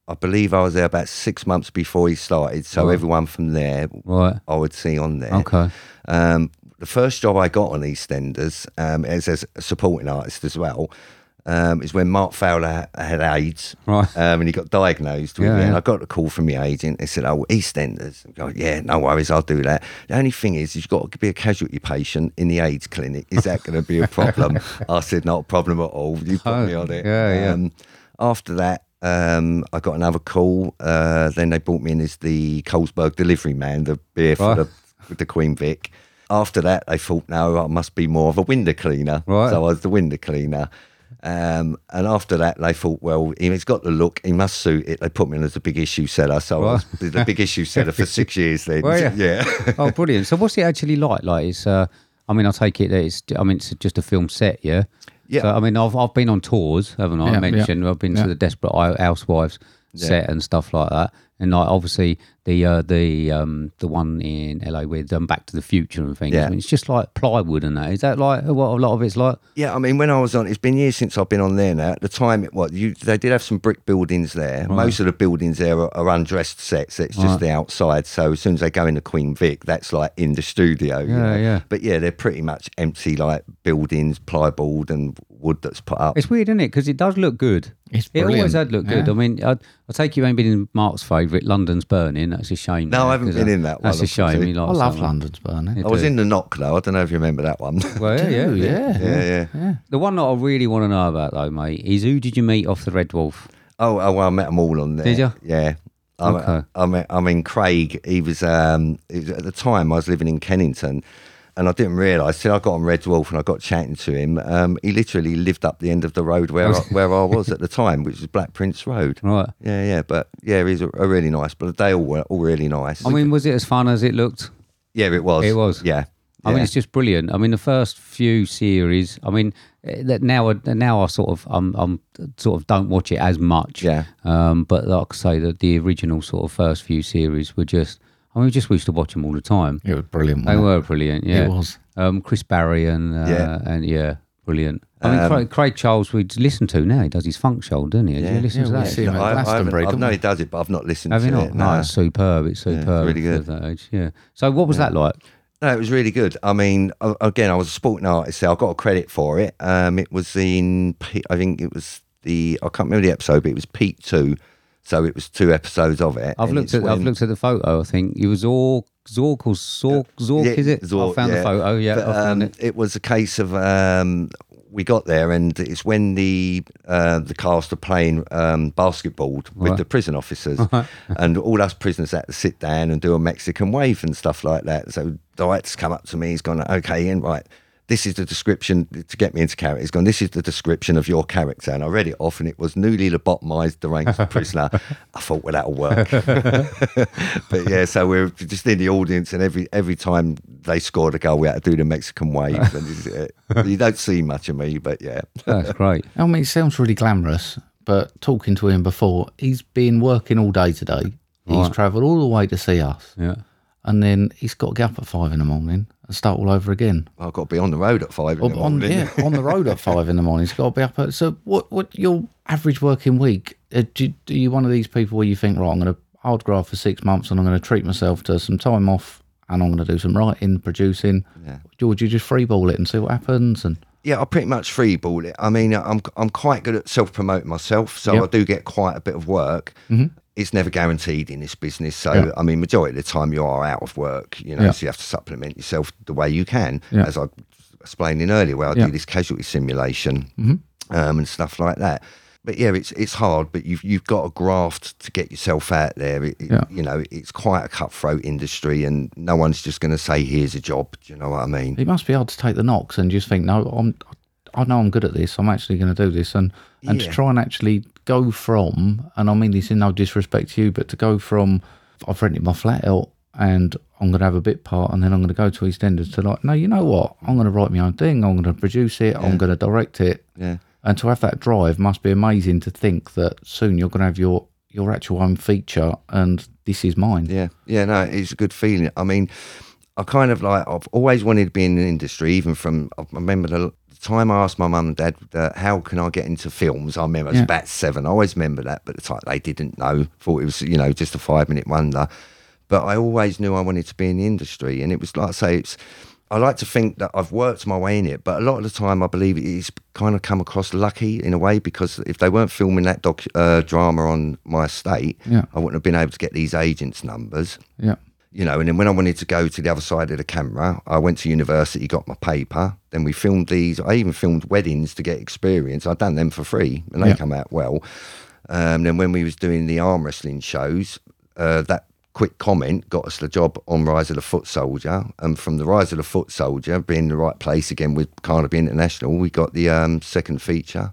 I believe I was there about six months before he started. So Right. everyone from there, Right. I would see on there. Okay. Um, the first job I got on EastEnders um, as as a supporting artist as well. Um, is when Mark Fowler ha- had AIDS, Right. Um, and he got diagnosed with Yeah, it. And yeah. I got a call from the agent. They said, "Oh, EastEnders." I go, yeah, no worries, I'll do that. The only thing is, you've got to be a casualty patient in the AIDS clinic. Is that going to be a problem? I said, not a problem at all. You put me on it. Oh, yeah, yeah. Um, after that, um, I got another call. Uh, then they brought me in as the Colesberg delivery man, the beer for Right. the with the Queen Vic. After that, they thought, no, I must be more of a window cleaner. Right. So I was the window cleaner. Um, and after that, they thought, well, he's got the look, he must suit it. They put me in as a big issue seller. So I was Right. the big issue seller for six years then. Were you? Yeah. oh, brilliant! So, what's it actually like? Like, it's. Uh, I mean, I take it that it's. I mean, it's just a film set, yeah. Yeah. So, I mean, I've I've been on tours, haven't I? Yeah, I mentioned yeah, I've been yeah. to the Desperate I- Housewives Yeah. set and stuff like that, and like obviously the uh, the um the one in LA with um, Back to the Future and things. Yeah. I mean, it's just like plywood and that. Is that like what a lot of it's like? Yeah, I mean, when I was on, it's been years since I've been on there now. At the time, it was you. They did have some brick buildings there. Most of the buildings there are, are undressed sets. It's just Right. the outside. So as soon as they go into Queen Vic, that's like in the studio. you Yeah, know. yeah. But yeah, they're pretty much empty, like buildings, plyboard, and wood that's put up. It's weird, isn't it? Because it does look good. It's it always brilliant. had looked good. Yeah. I mean, I, I take you ain't been in Mark's favourite, London's Burning. That's a shame. No, there, I haven't 'cause been in that one, That's a shame. unfortunately. He I I likes love that one. London's eh? Burning. You I was do. in the knock though. I don't know if you remember that one. Well, yeah, yeah, Ooh, yeah. yeah. yeah, yeah. The one that I really want to know about, though, mate, is who did you meet off the Red Wolf? Oh, oh well, I met them all on there. Did ya? Yeah. I, Okay. I, mean, I mean, Craig, he was, um, he was- at the time I was living in Kennington and I didn't realise till I got on Red Wolf and I got chatting to him. Um, he literally lived up the end of the road where I, where I was at the time, which was Black Prince Road. Right. Yeah, yeah. But yeah, he's a, a really nice, but they all were all really nice. I mean, was it as fun as it looked? yeah, it was. It was. Yeah. I mean, yeah. it's just brilliant. I mean, the first few series. I mean, eh, that now now I sort of I'm I'm sort of don't watch it as much. Yeah. Um, but like I say, that the original sort of first few series were just. I mean, we just used to watch them all the time. It was brilliant. They wasn't were brilliant. Yeah, It was. Um, Chris Barry and uh, Yeah. and yeah, brilliant. I mean, Craig, Craig Charles, we listen to now. He does his funk show, doesn't he? Yeah, you listen Yeah, to we that. see him at I- I haven't- Glastonbury, I've don't known we? he does it, but I've not listened Have to you not? it. No, it's superb. It's it's superb. really good. for that age. Yeah. So, what was that like? No, it was really good. I mean, a- again, I was a sporting artist, so I got a credit for it. Um, it was in, P- I think it was the, I can't remember the episode, but it was Pete two, so it was two episodes of it. I've and looked it's at I've when- looked at the photo. I think it was Zork Zork or Zork Zork Uh, Yeah, is it? I Zork, found the yeah. photo. Oh, Yeah, But, I found um, it. was a case of um, we got there, and it's when the uh, the cast are playing um, basketball with Right. the prison officers, and all us prisoners had to sit down and do a Mexican wave and stuff like that. So Diet's come up to me, he's gone, okay, Ian, right. This is the description to get me into character. He's gone. This is the description of your character, and I read it off, and it was newly lobotomized, deranged prisoner. I thought, well, that'll work. but yeah, so we're just in the audience, and every every time they scored a goal, we had to do the Mexican wave. and it's, uh, you don't see much of me, but yeah, That's great. I mean, it sounds really glamorous, but talking to him before, he's been working all day today. He's Right. travelled all the way to see us. Yeah. And then he's got to get up at five in the morning and start all over again. I've got to be on the road at five in Up the Oh, on, morning. yeah, on the road at five in the morning. He's got to be up at. So, what, what your average working week? Uh, do, you- do you one of these people where you think, right, I'm going to hard graft for six months and I'm going to treat myself to some time off and I'm going to do some writing, producing. George, you just freeball it and see what happens. And Yeah, I pretty much freeball it. I mean, I'm I'm quite good at self promoting myself, so Yep. I do get quite a bit of work. Mhm. It's never guaranteed in this business, so Yeah. I mean, majority of the time you are out of work, you know, Yeah. so you have to supplement yourself the way you can, Yeah. as I explained in earlier, where I Yeah. do this casualty simulation Mhm. um, and stuff like that. But yeah, it's it's hard, but you've you've got to graft to get yourself out there. It, it- Yeah. You know, it's quite a cutthroat industry, and no one's just going to say, "Here's a job." Do you know what I mean? it must be hard to take the knocks and just think, no, I'm, I know I'm good at this. I'm actually going to do this, and and to Yeah. try and actually go from, and I mean this in no disrespect to you, but to go from, I've rented my flat out, and I'm going to have a bit part, and then I'm going to go to EastEnders to like, no, you know what? I'm going to write my own thing. I'm going to produce it. I'm going to direct it. Yeah. And to have that drive must be amazing. To think that soon you're going to have your your actual own feature, and this is mine. Yeah, yeah, no, it's a good feeling. I mean, I kind of like I've always wanted to be in the industry, even from I remember the time I asked my mum and dad, uh, "How can I get into films?" I remember I was Yeah. about seven. I always remember that, but it's like they didn't know, thought it was you know just a five minute wonder. But I always knew I wanted to be in the industry, and it was like I say, it's. I like to think that I've worked my way in it, but a lot of the time I believe it's kind of come across lucky in a way because if they weren't filming that doc, uh, drama on my estate, Yeah. I wouldn't have been able to get these agents' numbers Yeah. you know, and then when I wanted to go to the other side of the camera, I went to university, got my paper. Then we filmed these. I even filmed weddings to get experience. I'd done them for free, and they Yeah. come out well. Um, then when we was doing the arm wrestling shows, uh, that quick comment got us the job on Rise of the Foot Soldier, and from the Rise of the Foot Soldier being the right place again with Carnaby International, we got the um, second feature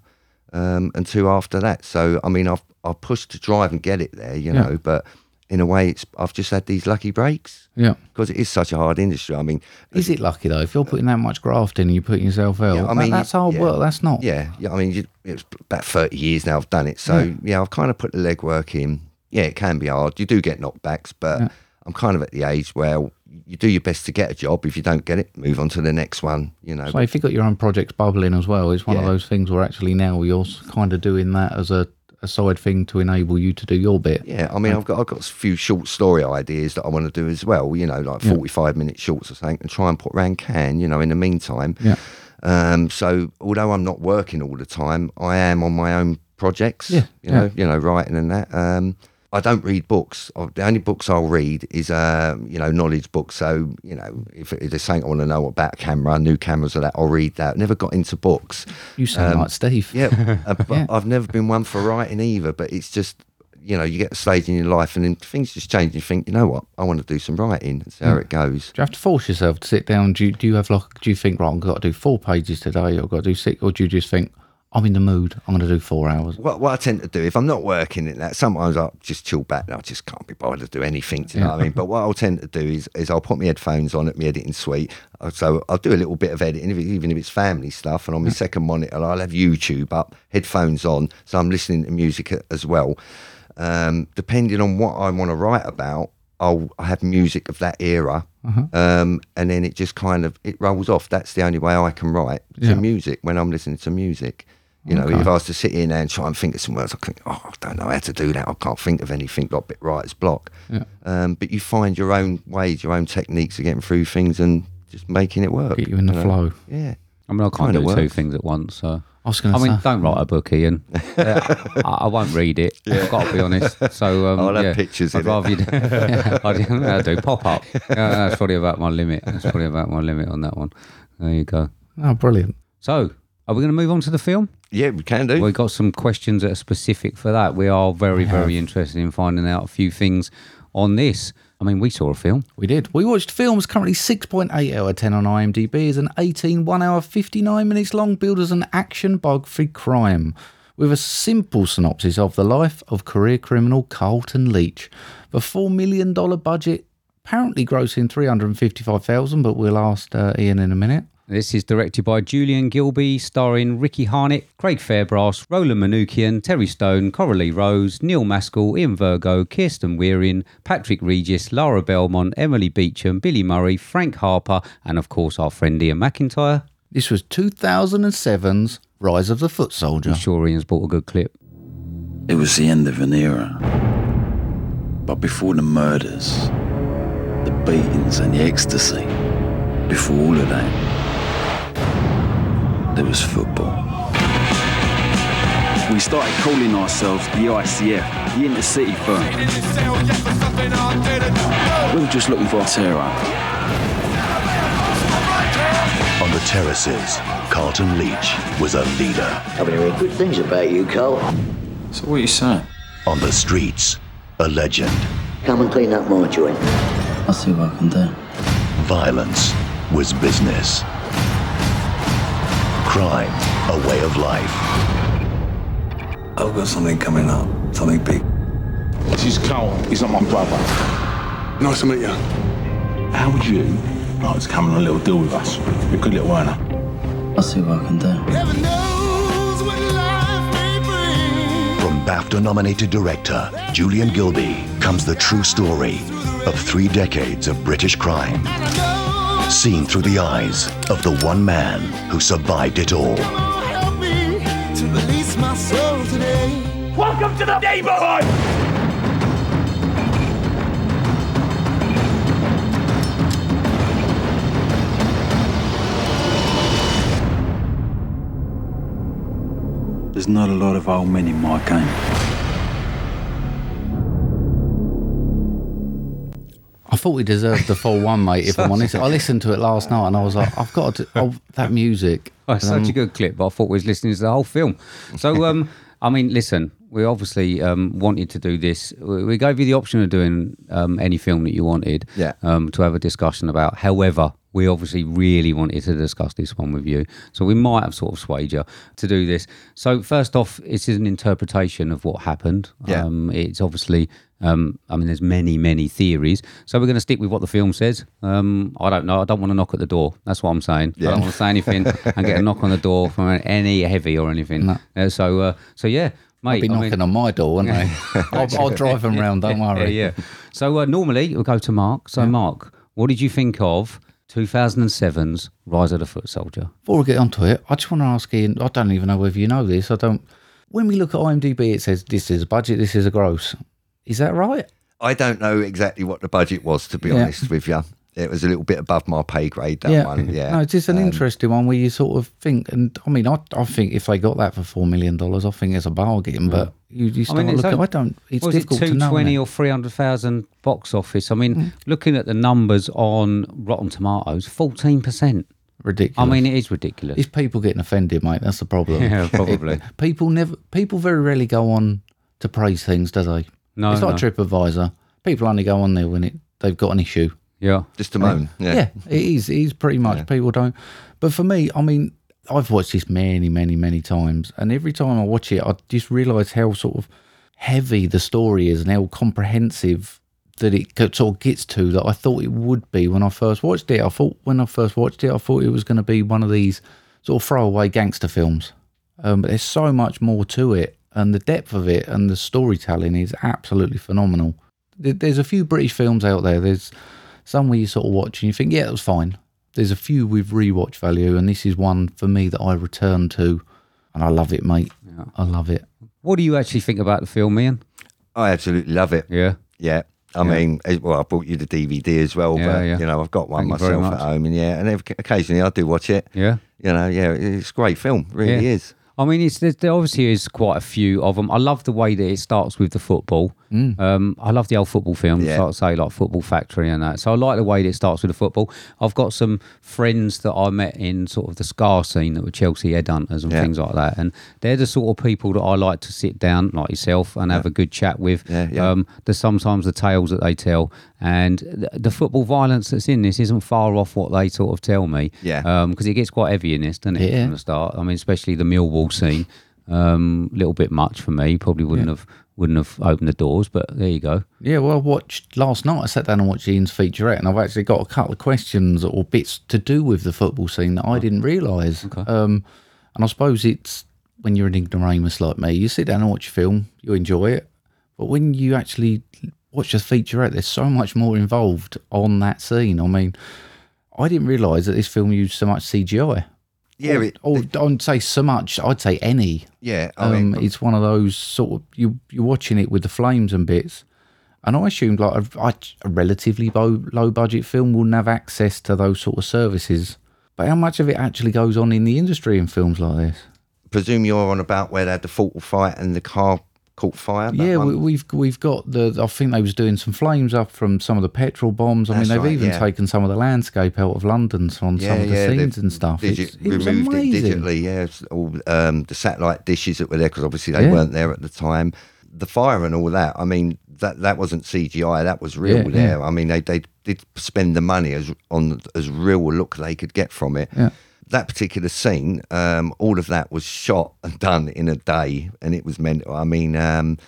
um, and two after that. So I mean, I've I pushed to drive and get it there, you Yeah. know, but. In a way, it's I've just had these lucky breaks Yeah. because it is such a hard industry. I mean, Is it lucky though? If you're putting that much graft in and you're putting yourself out, Yeah, I that- mean, that's hard yeah. work. That's not. yeah, yeah. I mean, you- it's about thirty years now I've done it, so Yeah. yeah, I've kind of put the legwork in. Yeah, it can be hard. You do get knockbacks, but Yeah. I'm kind of at the age where you do your best to get a job. If you don't get it, move on to the next one. You know, So if you've got your own projects bubbling as well, it's one of Yeah. those things where actually now you're kind of doing that as a, a side thing to enable you to do your bit. Yeah, I mean, I've got I've got a few short story ideas that I want to do as well. You know, like Yeah. forty five minute shorts or something, and try and put around can. You know, in the meantime. Yeah. Um, so although I'm not working all the time, I am on my own projects. Yeah, You know, you know, writing and that. Um, I don't read books. I- The only books I'll read is, um, you know, knowledge books. So, you know, if, if there's something I want to know about camera, new cameras or that, I'll read that. Never got into books. You sound like Steve. Um, Yeah, uh, but Yeah. I've never been one for writing either. But it's just, you know, you get a stage in your life and then things just change. And you think, you know what, I want to do some writing and see how it goes. Do you have to force yourself to sit down? Do you, do you have like, do you think, right, I've got to do four pages today or I've got to do six? Or do you just think, I'm in the mood, I'm going to do four hours? What, what I tend to do, if I'm not working at that, sometimes I'll just chill back and I just can't be bothered to do anything. Do you know what I mean? But what I'll tend to do is, is I'll put my headphones on at my editing suite. Uh, So I'll do a little bit of editing, if it- even if it's family stuff. And on my second monitor, I'll have YouTube up, headphones on. So I'm listening to music a- as well. Um, depending on what I want to write about, I'll I have music of that era, Uh-huh. um, and then it just kind of it rolls off. That's the only way I can write to Yeah. music when I'm listening to music. You know, if I was to sit in there and try and think of some words, I think, oh, I don't know how to do that. I can't think of anything. Got a bit writer's block. Um, but you find your own ways, your own techniques of getting through things and just making it work. Get you in the know? flow. Yeah. I mean, I can't Kinda do two works. things at once. So I was gonna I mean, say- don't write a book, Ian. I, I won't read it. I've got to be honest. So um, I'll have yeah, pictures I'd in it. rather you. do- I do, I do pop up. Uh, that's probably about my limit. That's probably about my limit on that one. There you go. Oh, brilliant. So, are we going to move on to the film? Yeah, we can do. We've got some questions that are specific for that. We are very, very interested in finding out a few things on this. I mean, we saw a film. We did. We watched films currently 6.8 out of 10 on IMDb is an 18 1 hour 59 minutes long build as an action biography crime with a simple synopsis of the life of career criminal Carlton Leach. The $4 million budget apparently grossing 355000 but we'll ask uh, Ian in a minute. This is directed by Julian Gilby, starring Ricky Harnett, Craig Fairbrass, Roland Manukian, Terry Stone, Coralie Rose, Neil Maskell, Ian Virgo, Kirsten Wearing, Patrick Regis, Lara Belmont, Emily Beecham, Billy Murray, Frank Harper, and of course our friend Ian McIntyre. This was 2007's Rise of the Foot Soldier. I'm sure Ian's bought a good clip. It was the end of an era. But before the murders, the beatings and the ecstasy. Before all of that, there was football. We started calling ourselves the ICF, the Intercity Firm. We were just looking for our tear out. On the terraces, Carlton Leach was a leader. I've been hearing good things about you, Carl. So what are you saying? On the streets, a legend. Come and clean up my joint. I'll see what I can do. Violence was business. Crime, a way of life. I've got something coming up, something big. This is Carl. He's not my brother. Nice to meet you. How would you like to come on a little deal with us? Be good little, won't I'll see what I can do. From BAFTA nominated director Julian Gilby comes the true story of three decades of British crime. Seen through the eyes of the one man who survived it all. Welcome to the neighborhood! There's not a lot of old men in my game. I thought we deserved the full one, mate. If I'm Such- honest, I listened to it last night and I was like, I've got to oh, that music. Oh, it's Um, such a good clip, but I thought we was listening to the whole film. So, um, I mean, listen, we obviously um, wanted to do this. We we gave you the option of doing um, any film that you wanted Yeah. um, to have a discussion about. However, we obviously really wanted to discuss this one with you. So we might have sort of swayed you to do this. So, first off, this is an interpretation of what happened. Yeah. Um, it's obviously. Um, I mean, there's many, many theories. So we're going to stick with what the film says. Um, I don't know. I don't want to knock at the door. That's what I'm saying. I Yeah. don't want to say anything and get a knock on the door from any heavy or anything. Uh, so, uh, so yeah, mate. be knocking on my door, won't they? I'll- I'll drive 'em round, don't worry. Yeah. yeah. So uh, normally we'll go to Mark. So Mark, what did you think of 2007's Rise of the Foot Soldier? Before we get onto it, I just want to ask Ian. I don't even know whether you know this. I don't. When we look at IMDb, it says this is a budget, this is a gross. Is that right? I don't know exactly what the budget was, to be Yeah. honest with you. It was a little bit above my pay grade, that one. Yeah. No, it's just an Um, interesting one where you sort of think, and I mean, I, I think if they got that for four million dollars, I think it's a bargain. But you, you start Hmm. it's looking. only- I don't. It's what is difficult it, to know. Mm. 220 innit? or 300,000 box office. I mean, looking at the numbers on Rotten Tomatoes, 14%. Ridiculous. I mean, it is ridiculous. It's people getting offended, mate. That's the problem. Yeah, It- probably. people never. People very rarely go on to praise things, do they? No, It's not no. TripAdvisor. People only go on there when it they've got an issue. Yeah. Just to moan. Yeah. it is. It is pretty much people don't. But for me, I mean, I've watched this many, many, many times, and every time I watch it, I just realise how sort of heavy the story is and how comprehensive that it co- sort of gets to that I thought it would be when I first watched it. I thought when I first watched it, I thought it was going to be one of these sort of throwaway gangster films. Um, but there's so much more to it, and the depth of it and the storytelling is absolutely phenomenal. There- There's a few British films out there. There's some where you sort of watch and you think, yeah, it was fine. There's a few with rewatch value, and this is one for me that I return to, and I love it, mate. I love it. What do you actually think about the film, Ian? I absolutely love it. Yeah. Yeah. I Yeah. mean, eh, well, I brought you the DVD as well, Yeah, but yeah. you know, I've got one Thank you very myself at much. home, and yeah, and ev- occasionally I do watch it. Yeah. You know, yeah, it- it's a great film, really Yeah. is. I mean, it's there's, there obviously is quite a few of them. I love the way that it starts with the football. Um, I love the old football films, Mm. Yeah. like I say, like Football Factory and that. So I like the way that it starts with the football. I've got some friends that I met in sort of the scar scene that were Chelsea headhunters and Yeah. things like that. And they're the sort of people that I like to sit down, like yourself, and have a good chat with. Yeah, yeah. Um, there's sometimes the tales that they tell. And th- the football violence that's in this isn't far off what they sort of tell me. Yeah. Because Um, it gets quite heavy in this, doesn't it? Yeah. From the start. I mean, especially the Millwall scene. Um, little bit much for me. Probably wouldn't have wouldn't have opened the doors, but there you go. Yeah, well, I watched last night. I sat down and watched Ian's featurette, and I've actually got a couple of questions or bits to do with the football scene that Oh. I didn't realise. Um, and I suppose it's when you're an ignoramus like me, you sit down and watch a film, you enjoy it, but when you actually watch a featurette, there's so much more involved on that scene. I mean, I didn't realise that this film used so much CGI. Yeah, or, it- or don't say so much. I'd say any. Yeah, I um, mean, it's one of those sort of you you're watching it with the flames and bits, And I assumed like a, a relatively low, low budget film wouldn't have access to those sort of services. But how much of it actually goes on in the industry in films like this? Presume you're on about where they had the fatal fight and the car caught fire. that yeah, one? we, we've we've got the. I think they was doing some flames up from some of the petrol bombs. I That's mean, they've right, even yeah. taken some of the landscape out of London on some of the they've scenes and stuff. digi- It's- it was removed it amazing. digitally. Yeah, it's all um, the satellite dishes that were there because obviously they Yeah. weren't there at the time. The fire and all that. I mean, that that wasn't CGI. That was real. Yeah, there. yeah. I mean, they they did spend the money as on as real a look they could get from it. Yeah. That particular scene, um, all of that was shot and done in a day, and it was mental. I mean, um,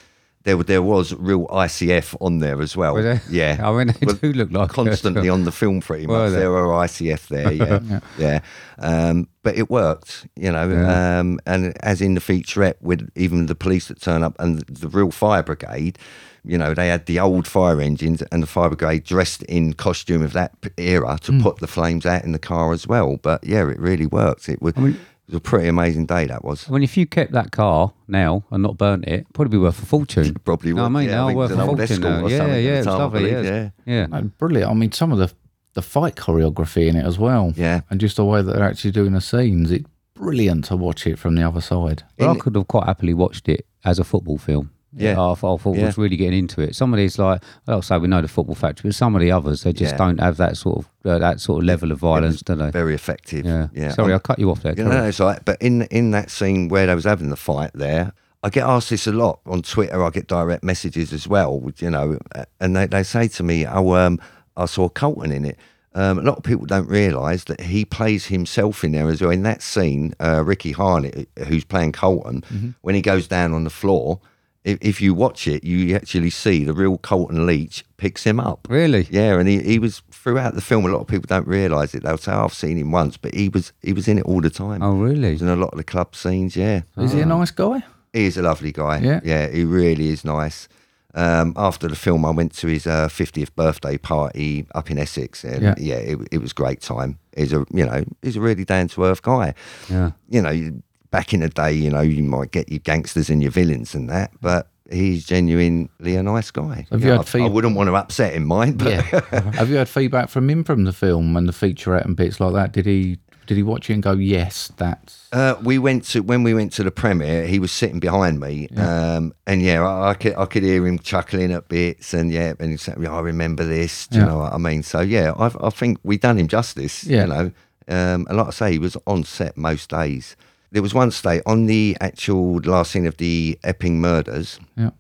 there wa- there was real ICF on there as well. Were there? Yeah, I mean, they Well, do look like constantly on the film pretty Were much. they? There were ICF there, yeah, Yeah. yeah. Um, but it worked, you know. Yeah. Um, and as in the featurette, with even the police that turn up and the real fire brigade, you know, they had the old fire engines and the fire brigade dressed in costume of that p- era to Hmm. put the flames out in the car as well. But yeah, it really worked. It was, it was a pretty amazing day. That was. I mean, if you kept that car now and not burnt it, probably be worth a fortune. Probably No, I would, mean, oh, yeah, now I think worth it's a an old fortune. Escort Now. or uh, Yeah, something at yeah, the it's time, I lovely. believe, yeah, it's- yeah. No, brilliant. I mean, some of the the fight choreography in it as well. Yeah, and just the way that they're actually doing the scenes, it's brilliant to watch it from the other side. But I could have quite happily watched it as a football film. Yeah. I, thought- I thought it Yeah. was really getting into it. Some of these, like I'll say, we know the football factory, but some of the others, they just Yeah. don't have that sort of uh, that sort of level of violence, do they? Very effective. Yeah. Yeah. Sorry, I'm- I cut you off there. Yeah, carry no, on. it's all right. But in in that scene where they was having the fight there, I get asked this a lot on Twitter. I get direct messages as well, you know, and they, they say to me, "Oh, um, I saw Colton in it." Um, a lot of people don't realise that he plays himself in there as well. In that scene, uh, Ricky Harnett, who's playing Colton, Mm-hmm. when he goes down on the floor, if, if you watch it, you actually see the real Colton Leach picks him up. Really? Yeah, and he, he was throughout the film. A lot of people don't realise it. They'll say, oh, "I've seen him once," but he was he was in it all the time. Oh, really? He was in a lot of the club scenes. Yeah. Is he a nice guy? He is a lovely guy. Yeah. yeah, he really is nice. Um, after the film, I went to his uh, 50th birthday party up in Essex, and Yeah. yeah, it, it was a great time. He's a you know he's a really down to earth guy Yeah. you know, you- back in the day, you know, you might get your gangsters and your villains and that, but he's genuinely a nice guy. Have Yeah, you had I, feed- I wouldn't want to upset him, mind, but Have you had feedback from him from the film and the featurette and bits like that? Did he did he watch it and go, yes, that's Uh, we went to when we went to the premiere. He was sitting behind me, um, and yeah, I, I could I could hear him chuckling at bits, and yeah, and he said, "Yeah, "I remember this." Do you Yeah. know what I mean? So yeah, I I think we done him justice. Yeah. You know, um, and like I say, he was on set most days. There was one day on the actual last scene of the Epping murders. Yeah.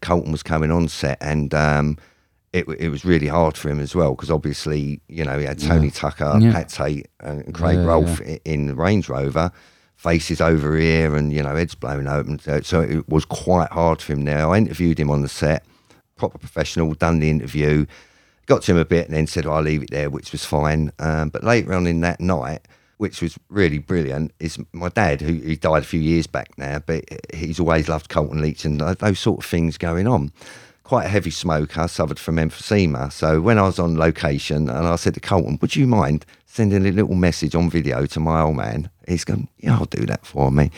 Colton was coming on set, and um, it it was really hard for him as well because obviously you know he had Tony Tucker, Yeah. Pat Tate, and Craig Yeah, Rolfe yeah. i- in the Range Rover, faces over here, and you know heads blown open. So, so it was quite hard for him. Now I interviewed him on the set, proper professional, done the interview, got to him a bit, and then said I'll leave it there, which was fine. Um, but later on in that night. Which was really brilliant. Is my dad, who, who died a few years back now, but he's always loved Colton Leach and tho- those sort of things going on quite a heavy smoker, suffered from emphysema. So when I was on location and I said to Colton, would you mind sending a little message on video to my old man? He's gone, yeah, I'll do that for me.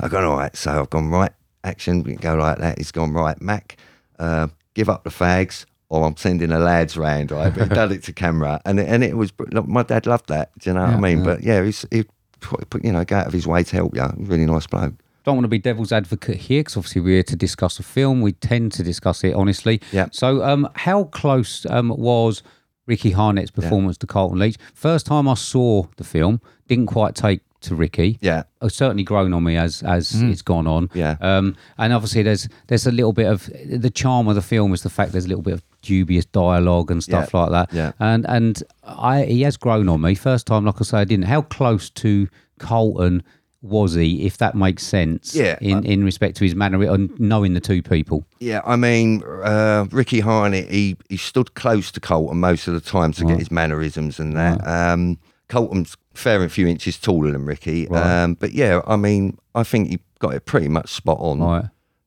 I've gone, all right. So I've gone, right, action, we can go like that. He's gone, right, Mac, uh, give up the fags or I'm sending a lads round, right? But he done it to camera. And, and it was, look, my dad loved that. Do you know what I Yeah, mean? yeah. But yeah, he's, he, you know, go out of his way to help you. Really nice bloke. don't want to be devil's advocate here because obviously we're here to discuss a film. We tend to discuss it honestly. Yeah. So, um, how close um, was Ricky Harnett's performance to Carlton Leach? First time I saw the film, didn't quite take to Ricky. Yeah. It's certainly grown on me as as it's gone on. Mm. Yeah. Um, and obviously there's there's a little bit of the charm of the film is the fact there's a little bit of dubious dialogue and stuff Yeah. like that. Yeah. And and I he has grown on me. First time, like I say, I didn't. How close to Colton was he, if that makes sense? Yeah. In in respect to his manner and knowing the two people. Yeah, I mean, uh, Ricky Harnett, he, he stood close to Colton most of the time to get his mannerisms and that. Um, Colton's fair and few inches taller than Ricky. Right. Um, but yeah, I mean, I think he got it pretty much spot on. Right.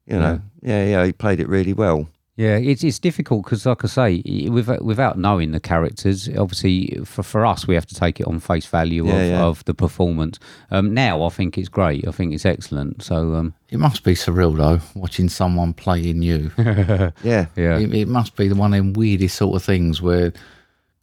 You know, yeah. yeah, he played it really well. Yeah, it's it's difficult because, like I say, i- without without knowing the characters, obviously for, for us we have to take it on face value Yeah, of, yeah. of the performance. Um, now I think it's great. I think it's excellent. So um, It must be surreal though, watching someone playing you. yeah, yeah. It, it must be the one of them weirdest sort of things where,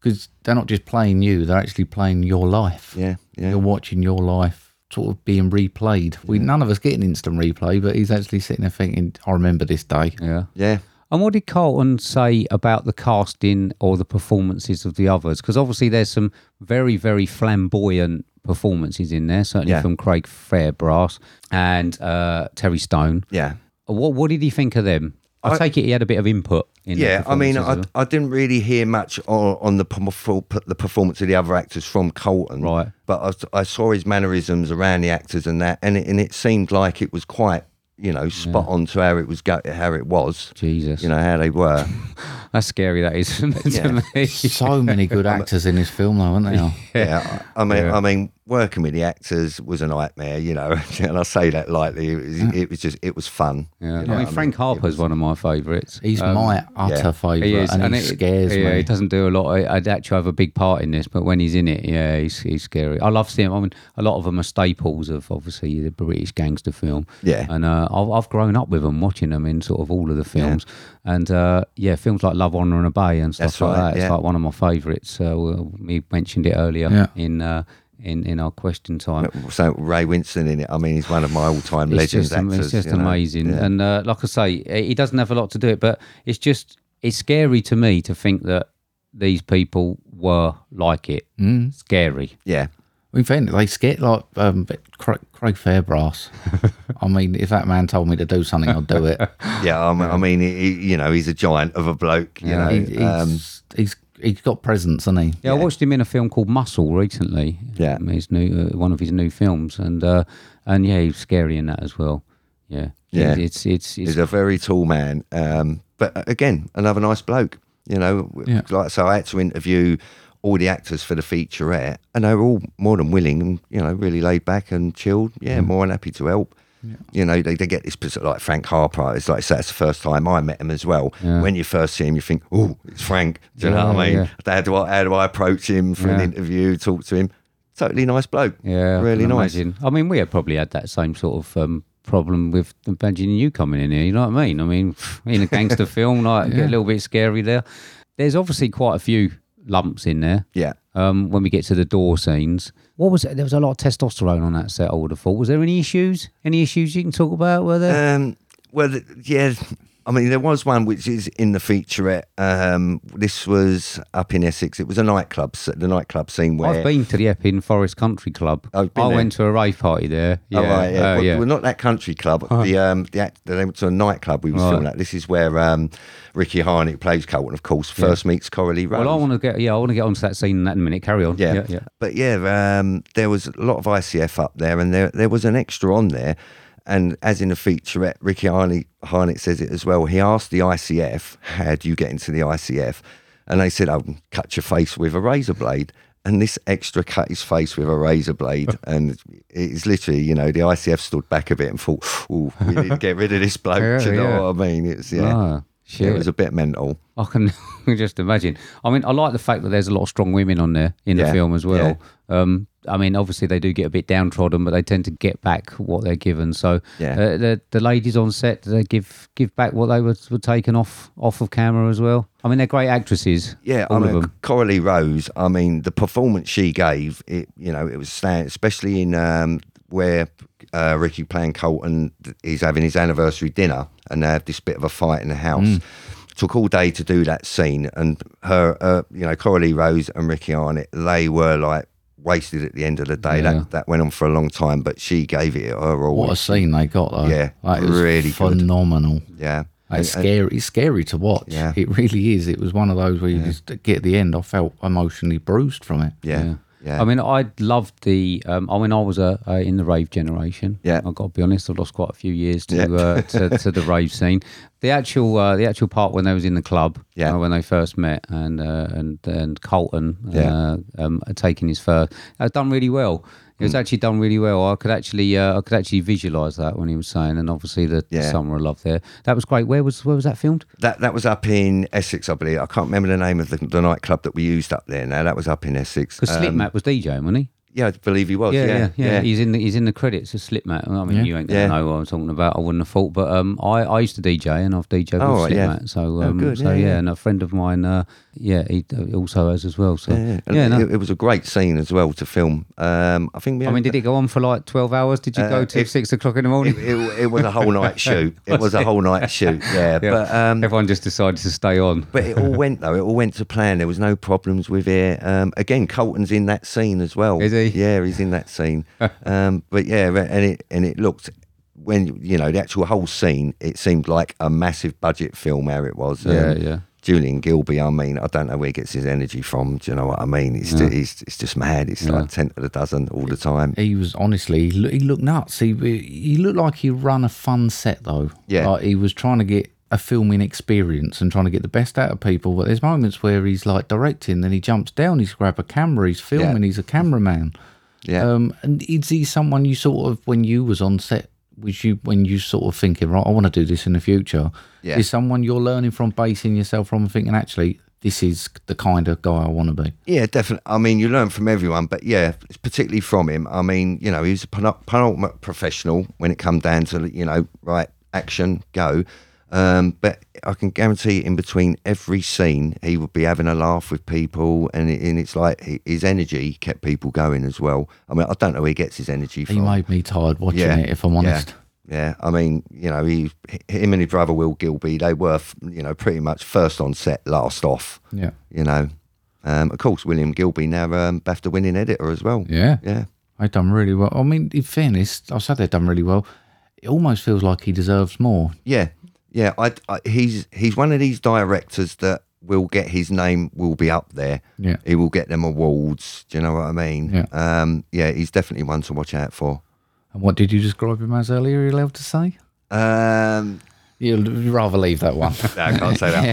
because they're not just playing you, they're actually playing your life. Yeah, yeah. You're watching your life sort of being replayed. We none of us get an instant replay, but he's actually sitting there thinking, "I remember this day." Yeah, yeah. And what did Carlton say about the casting or the performances of the others? Because obviously there's some very, very flamboyant performances in there, certainly Yeah. from Craig Fairbrass and uh, Terry Stone. Yeah. What What did he think of them? I, I- take it he had a bit of input. in the yeah, I mean, performances I, of- I didn't really hear much on, on the perfor- the performance of the other actors from Colton, right? But I, I saw his mannerisms around the actors and that, and it, and it seemed like it was quite, you know, spot on to how it was go- how it was. Jesus, you know how they were. That's scary. That is to me. so many good actors in this film, though, aren't they? all? yeah, I I mean, Yeah. I mean, working with the actors was a nightmare, you know, and I say that lightly. It was, it was just, it was fun. Yeah. you know I what mean, Frank Harper's one of my favourites. He's Um, my utter favourite, and it scares yeah, me. he doesn't do a lot. I- I'd actually have a big part in this, but when he's in it, yeah, he's, he's scary. I love seeing. I mean, a lot of them are staples of obviously the British gangster film. Yeah. and uh, I've, I've grown up with them, watching them in sort of all of the films, and uh, yeah, films like Love, Honor, and Obey and stuff That's like right, that. It's yeah. like one of my favourites. So uh, we mentioned it earlier Yeah. in. Uh, in, in our question time, So Ray Winston in it. I mean, he's one of my all-time it's legends just, am- actors. It's just you know. amazing. Yeah. And uh, like I say, eh, he doesn't have a lot to do it, but it's just it's scary to me to think that these people were like it. Mm. Scary. Yeah. In fact, they scared like um, Craig, Craig Fairbrass. I mean, if that man told me to do something, I'd do it. yeah, I mean, I mean he, he- you know, he's a giant of a bloke. Um, You Yeah. know, He- he's- um, he's he's got presence, hasn't he? Yeah, I watched him in a film called Muscle recently. Yeah, his new uh, one of his new films, and uh, and yeah, he's scary in that as well. Yeah, yeah, it's it's it's he's a very tall man. Um, but again, another nice bloke. You know, Yeah. like so, I had to interview all the actors for the featurette, and they were all more than willing, and you know, really laid back and chilled. Yeah, Mm. more than happy to help. You know, they, they get this person like Frank Harper. It's like so that's the first time I met him as well. Yeah. When you first see him, you think, "Oh, it's Frank." Do you Yeah, know what I mean? yeah. How do I how do I approach him for an Yeah. interview? Talk to him. Totally nice bloke. Yeah, I really can nice. imagine. I mean, we had probably had that same sort of um, problem with imagining you coming in here. You know what I mean? I mean, in a gangster film, like get a Yeah. little bit scary there. There's obviously quite a few lumps in there. Yeah. Um, when we get to the door scenes, what was it? There was a lot of testosterone on that set. I would have thought. Was there any issues? Any issues you can talk about? Were there? Um, well, th- yeah. I mean, there was one which is in the featurette. Um, this was up in Essex. It was a nightclub, s- the nightclub scene Uh, where Oh, I've been to the Epping Forest Country Club. I been there. went to a rave party there. Yeah, Oh, right, yeah. uh, well, yeah. well, not that country club. Huh. The um, the act, they went to a nightclub. We was Right. filming that. This is where um, Ricky Harnick plays Colton, of course. Yeah. First meets Coralie Rose. Well, I want to get yeah, I want to get onto that scene in that in a minute. Carry on. Yeah. yeah, yeah. But yeah, um, there was a lot of ICF up there, and there there was an extra on there. And as in the featurette, Ricky Harnick, Harnick says it as well. He asked the ICF, How do you get into the ICF? And they said, I'll cut your face with a razor blade. And this extra cut his face with a razor blade. and it's literally, you know, the ICF stood back a bit and thought, Oh, we need to get rid of this bloke. Yeah, do you know yeah. what I mean? It's, yeah. Ah, shit. It was a bit mental. I can just imagine. I mean, I like the fact that there's a lot of strong women on there in Yeah, the film as well. Um, I mean, obviously they do get a bit downtrodden, but they tend to get back what they're given. So Yeah. uh, the the ladies on set, do they give give back what they were, were taken off off of camera as well. I mean, they're great actresses. Yeah, all I mean, of them. Coralie Rose. I mean, the performance she gave, it you know, it was stand, especially in um, where uh, Ricky playing Colton is having his anniversary dinner, and they have this bit of a fight in the house. Mm. Took all day to do that scene, and her, uh, you know, Coralie Rose and Ricky Arnett, they were like wasted at the end of the day. Yeah. That that went on for a long time, but she gave it her all. What a scene they got though. Yeah, like, it was really good. phenomenal. Yeah, Like, it's And- scary. It's scary to watch. Yeah. it really is. It was one of those where you just get at the end. I felt emotionally bruised from it. Yeah. I mean, I loved the. Um, I mean, I was uh, uh, in the rave generation. Yeah, I've got to be honest. I've lost quite a few years to Yeah. uh, to, to the rave scene. The actual uh, the actual part when they was in the club. Yeah. uh, when they first met and uh, and and Colton. Yeah. Uh, um, taking his first. Has done really well. It was Hmm. actually done really well. I could actually, uh, I could actually visualise that when he was saying, and obviously the, the Yeah. summer of love there. That was great. Where was where was that filmed? That that was up in Essex, I believe. I can't remember the name of the, the nightclub that we used up there. Now that was up in Essex. Um, Because Slip Slipmat was DJing, wasn't he? Yeah, I believe he was. Yeah, yeah, He's in the he's in the credits of Slipmat. I mean, Yeah. you ain't gonna Yeah. know what I'm talking about. I wouldn't have thought, but um, I, I used to DJ and I've DJ with Oh, right, yeah. Slipmat. So Oh, um, good, so yeah, yeah, yeah. and a friend of mine, uh, yeah, he uh, also has as well. So yeah, Yeah, and no. it, it was a great scene as well to film. Um, I think. We I mean, did it go on for like twelve hours? Did you Uh, go till it- six o'clock in the morning? It, it, it was a whole night shoot. It was a whole night shoot. Yeah, Yeah. but um, everyone just decided to stay on. But it all went though. It all went to plan. There was no problems with it. Um, again, Colton's in that scene as well. Is he? Yeah, he's in that scene. um, but yeah, and it and it looked when you know the actual whole scene. It seemed like a massive budget film. How it was. Um, Yeah, yeah. Julian Gilby. I mean, I don't know where he gets his energy from. Do you know what I mean? It's Yeah. it's, it's just mad. It's Yeah. like ten to the dozen all the time. He was honestly, he looked, he looked nuts. He he looked like he run a fun set though. Yeah. like he was trying to get a filming experience and trying to get the best out of people. But there's moments where he's like directing, then he jumps down, he's grab a camera, he's filming, he's a cameraman. Yeah. Um, and is he someone you sort of when you was on set? Was you when you sort of thinking right? I want to do this in the future. Yeah. Is someone you're learning from, basing yourself from, and thinking actually this is the kind of guy I want to be. Yeah, definitely. I mean, you learn from everyone, but yeah, particularly from him. I mean, you know, he was a penul- penultimate professional when it come down to you know, right action, go. Um, but I can guarantee, in between every scene, he would be having a laugh with people, and, it, and it's like hi- his energy kept people going as well. I mean, I don't know where he gets his energy from. He made me tired watching it, if I'm yeah, honest. Yeah. I mean, you know, he, h- him and his brother Will Gilby, they were, f- you know, pretty much first on set, last off. Yeah. You know, um, of course, William Gilby now um, BAFTA winning editor as well. Yeah. Yeah. They've done really well. I mean, in fairness, I said they've done really well. It almost feels like he deserves more. Yeah, yeah. I, I- he's he's one of these directors that will get his name will be up there. Yeah. he will get them awards. Do you know what I mean? Yeah. um, yeah. He's definitely one to watch out for. And what did you describe him as earlier? Are you allowed to say? Um, You'd rather leave that one. No, I can't say that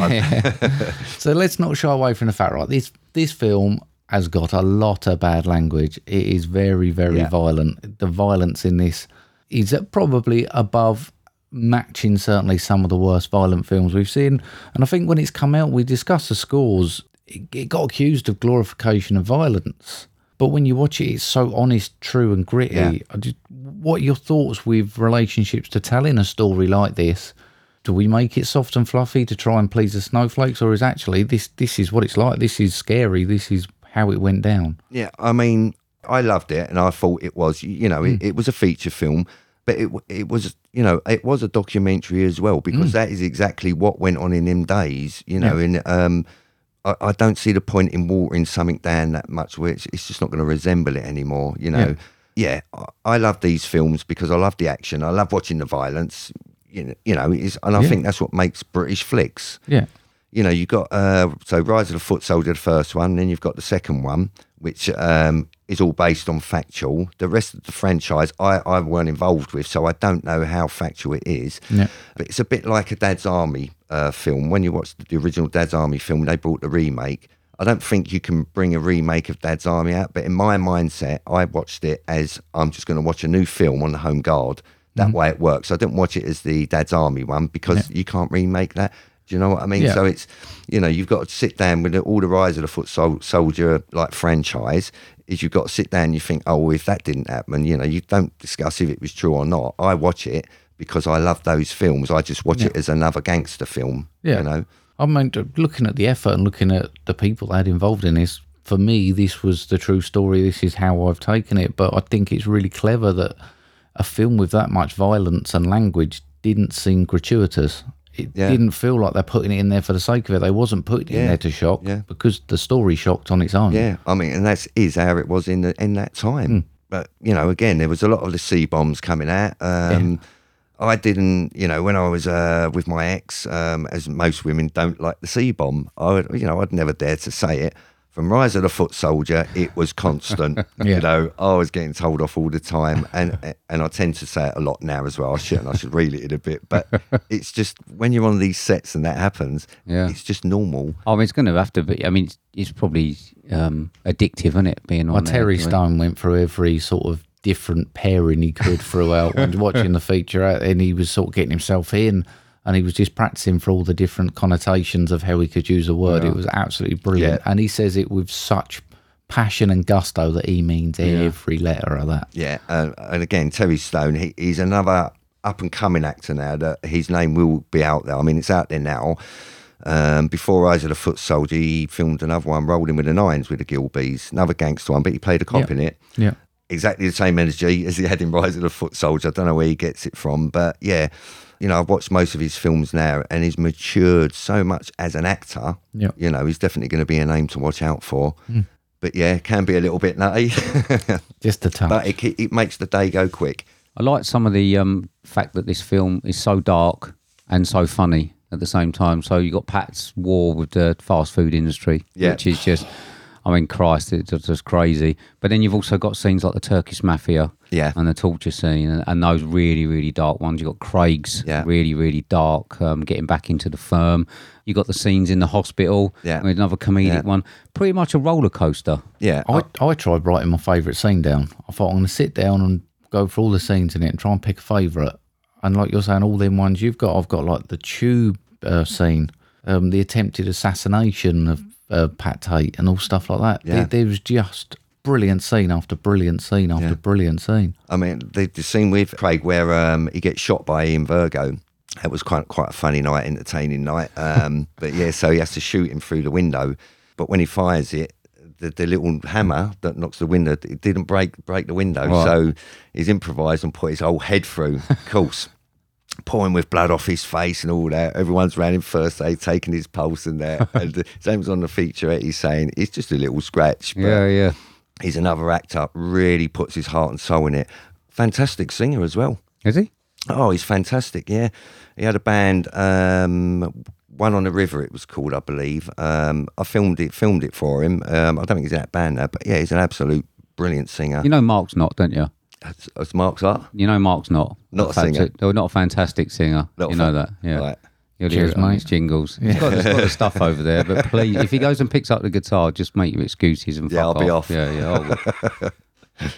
one. so let's not shy away from the fact, right? This this film has got a lot of bad language. It is very, very Yeah. violent. The violence in this is probably above matching certainly some of the worst violent films we've seen. And I think when it's come out, we discussed the scores. It, it got accused of glorification of violence. But when you watch it, it's so honest, true, and gritty. Yeah. I just, what are your thoughts with relationships to telling a story like this? Do we make it soft and fluffy to try and please the snowflakes, or is actually this this is what it's like? This is scary. This is how it went down. Yeah, I mean, I loved it, and I thought it was, you know, Hmm. it, it was a feature film, but it w- it was, you know, it was a documentary as well because that is exactly what went on in them days, you know. Hmm. Yeah. And um, I, I don't see the point in watering something down that much, where it's, it's just not going to resemble it anymore, you know. Yeah, I, I love these films because I love the action, I love watching the violence, you know, you know, it is, and I Yeah. think that's what makes British flicks Yeah, you know, you've got uh, so Rise of the Foot Soldier, the first one, then you've got the second one, which um, is all based on factual. The rest of the franchise, I, I weren't involved with, so I don't know how factual it is. Yeah. But it's a bit like a Dad's Army uh, film. When you watch the original Dad's Army film, they brought the remake. I don't think you can bring a remake of Dad's Army out, but in my mindset, I watched it as I'm just going to watch a new film on the home guard. Mm-hmm. That way it works. I didn't watch it as the Dad's Army one because you can't remake that. Do you know what I mean? Yeah. So it's, you know, you've got to sit down with all the Rise of the Foot Sol- Soldier like franchise. Is you've got to sit down and you think, oh, well, if that didn't happen, you know, you don't discuss if it was true or not. I watch it because I love those films. I just watch Yeah. it as another gangster film. yeah. You know? I mean, d- looking at the effort and looking at the people they had involved in this, for me, this was the true story. This is how I've taken it. But I think it's really clever that a film with that much violence and language didn't seem gratuitous. It Yeah. didn't feel like they're putting it in there for the sake of it. They wasn't putting it in Yeah, there to shock because the story shocked on its own. Yeah, I mean, and that is how it was in the, in that time. But you know, again, there was a lot of the C bombs coming out. Um, I didn't, you know, when I was uh, with my ex, um, as most women don't like the C bomb. I, would, you know, I'd never dare to say it. From Rise of the Foot Soldier, it was constant. Yeah. You know, I was getting told off all the time, and and I tend to say it a lot now as well. I should I should reel it in a bit, but it's just when you're on these sets and that happens, Yeah. it's just normal. I mean, it's going to have to be. I mean, it's, it's probably um, addictive, isn't it? Being on Well, there, Terry I mean. Stone went through every sort of different pairing he could throughout and watching the feature, uh, and he was sort of getting himself in, and he was just practicing for all the different connotations of how he could use a word. Yeah. It was absolutely brilliant, and he says it with such passion and gusto that he means every letter of that. Yeah, uh, and again, Terry Stone, he, he's another up and coming actor now that his name will be out there. I mean, it's out there now. Um, before Eyes of the Foot Soldier, he filmed another one, Rolling with the Nines with the Gilbeys, another gangster one, but he played a cop Yeah. in it. Yeah. Exactly the same energy as he had in Rise of the Foot Soldier. I don't know where he gets it from, but yeah, you know, I've watched most of his films now and he's matured so much as an actor. Yeah. You know, he's definitely going to be a name to watch out for. Mm. But yeah, can be a little bit nutty. Just a touch. But it, ke- it makes the day go quick. I like some of the um, fact that this film is so dark and so funny at the same time. So you got Pat's war with the fast food industry, Yeah. which is just, I mean, Christ, it's just just crazy. But then you've also got scenes like the Turkish mafia, Yeah. and the torture scene, and, and those really, really dark ones. You have got Craig's, Yeah. really, really dark, um, getting back into the firm. You got the scenes in the hospital. Yeah. with another comedic Yeah. one. Pretty much a roller coaster. Yeah. I, I tried writing my favourite scene down. I thought I'm going to sit down and go through all the scenes in it and try and pick a favourite. And like you're saying, all them ones you've got, I've got like the tube uh, scene, um, the attempted assassination of uh, Pat Tate, and all stuff like that. Yeah. There, there was just brilliant scene after brilliant scene after brilliant scene. I mean, the, the scene with Craig where um, he gets shot by Ian Virgo. That was quite quite a funny night, entertaining night. Um, but yeah, so he has to shoot him through the window. But when he fires it, the, the little hammer that knocks the window it didn't break break the window. Right. So he's improvised and put his whole head through. Of course, pouring with blood off his face and all that. Everyone's round him first aid, taking his pulse and that. and the same's on the featurette. He's saying it's just a little scratch. But Yeah, yeah. he's another actor, really puts his heart and soul in it. Fantastic singer as well. Is he? Oh, he's fantastic, yeah. He had a band, um, One on the River it was called, I believe. Um, I filmed it filmed it for him. Um, I don't think he's in that band now, but yeah, he's an absolute brilliant singer. You know, Mark's not, don't you? As, as Mark's up. You know, Mark's not Not a singer. fanta- oh, not a fantastic singer. Not a you know fan- that, yeah. Right. You'll hear Cheers, it on mate. his jingles. He's got, he's got the stuff over there, but please, if he goes and picks up the guitar, just make your excuses and Yeah, fuck I'll be off. Yeah, yeah. I will.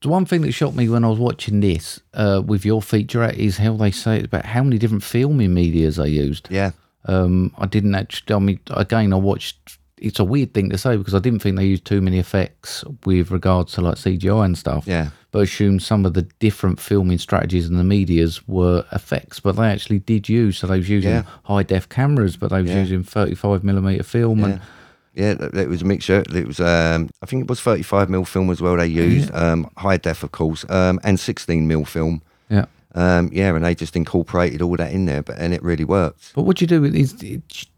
The one thing that shocked me when I was watching this uh, with your featurette is how they say it about how many different filming medias they used. Yeah. Um, I didn't actually. I mean, again, I watched. It's a weird thing to say because I didn't think they used too many effects with regards to like CGI and stuff. Yeah. But assumed some of the different filming strategies and the medias were effects, but they actually did use. So they was using Yeah. high def cameras, but they was Yeah. using thirty-five millimeter film and Yeah, that- that was a mixture. It was, um, I think it was 35 mil film as well. They used um, high def, of course, um, and 16 mil film. yeah. Um, yeah, and they just incorporated all that in there, but and it really worked. But what do you do? Is, do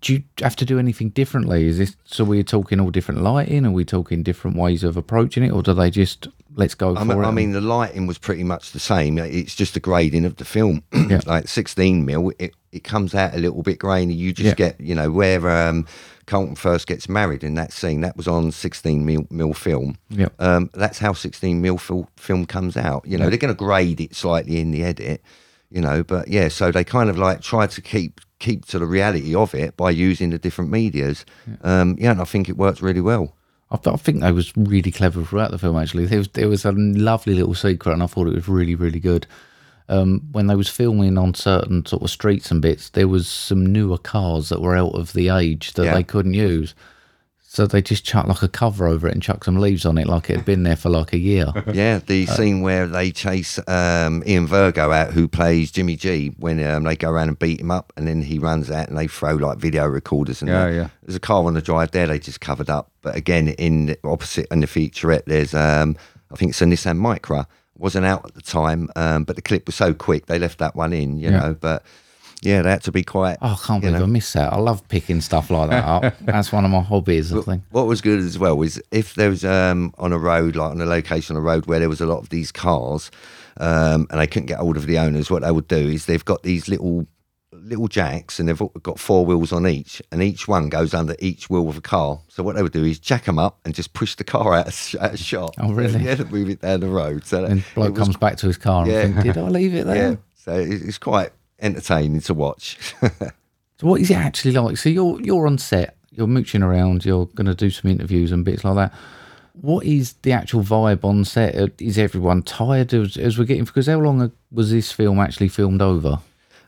you have to do anything differently? Is this so? We're talking all different lighting. Are we talking different ways of approaching it, or do they just let's go for I mean, it? I and- mean, the lighting was pretty much the same. It's just the grading of the film. like 16 mil, it, it comes out a little bit grainy. You just Yeah. get, you know, where um, Colton first gets married in that scene, that was on 16 mil, mil film. Yeah. Um, that's how 16 mil fil- film comes out. You know, Yeah. they're going to grade it slightly in the edit, you know, but yeah, so they kind of like try to keep keep to the reality of it by using the different medias. Um, yeah, and I think it works really well. I, th- I think they was really clever throughout the film. Actually, there was there was a lovely little secret, and I thought it was really really good. Um, when they was filming on certain sort of streets and bits, there was some newer cars that were out of the age that Yeah. they couldn't use. So they just chuck like a cover over it and chuck some leaves on it, like it had been there for like a year. Yeah, the scene where they chase um, Ian Virgo out, who plays Jimmy G, when um, they go around and beat him up, and then he runs out and they throw like video recorders. And Yeah, that. yeah. There's a car on the drive there. They just covered up. But again, in the opposite in the featurette, there's um, I think it's a Nissan Micra. Wasn't out at the time, um, but the clip was so quick they left that one in. You Yeah. know, but yeah, they had to be quite. Oh, I can't you believe know. I missed that. I love picking stuff like that up. That's one of my hobbies, I think. What was good as well was if there was um, on a road, like on a location on a road where there was a lot of these cars um, and they couldn't get hold of the owners, what they would do is they've got these little little jacks, and they've all got four wheels on each, and each one goes under each wheel of a car. So what they would do is jack them up and just push the car out of, sh- out of shot. Oh, really? Yeah, to move it down the road. So that- And bloke it was- comes back to his car and think, did I leave it there? Yeah. So it- it's quite entertaining to watch. So what is it actually like? So you're you're on set, you're mooching around, you're going to do some interviews and bits like that. What is the actual vibe on set? Uh, Is everyone tired as, as we're getting? Because how long was this film actually filmed over?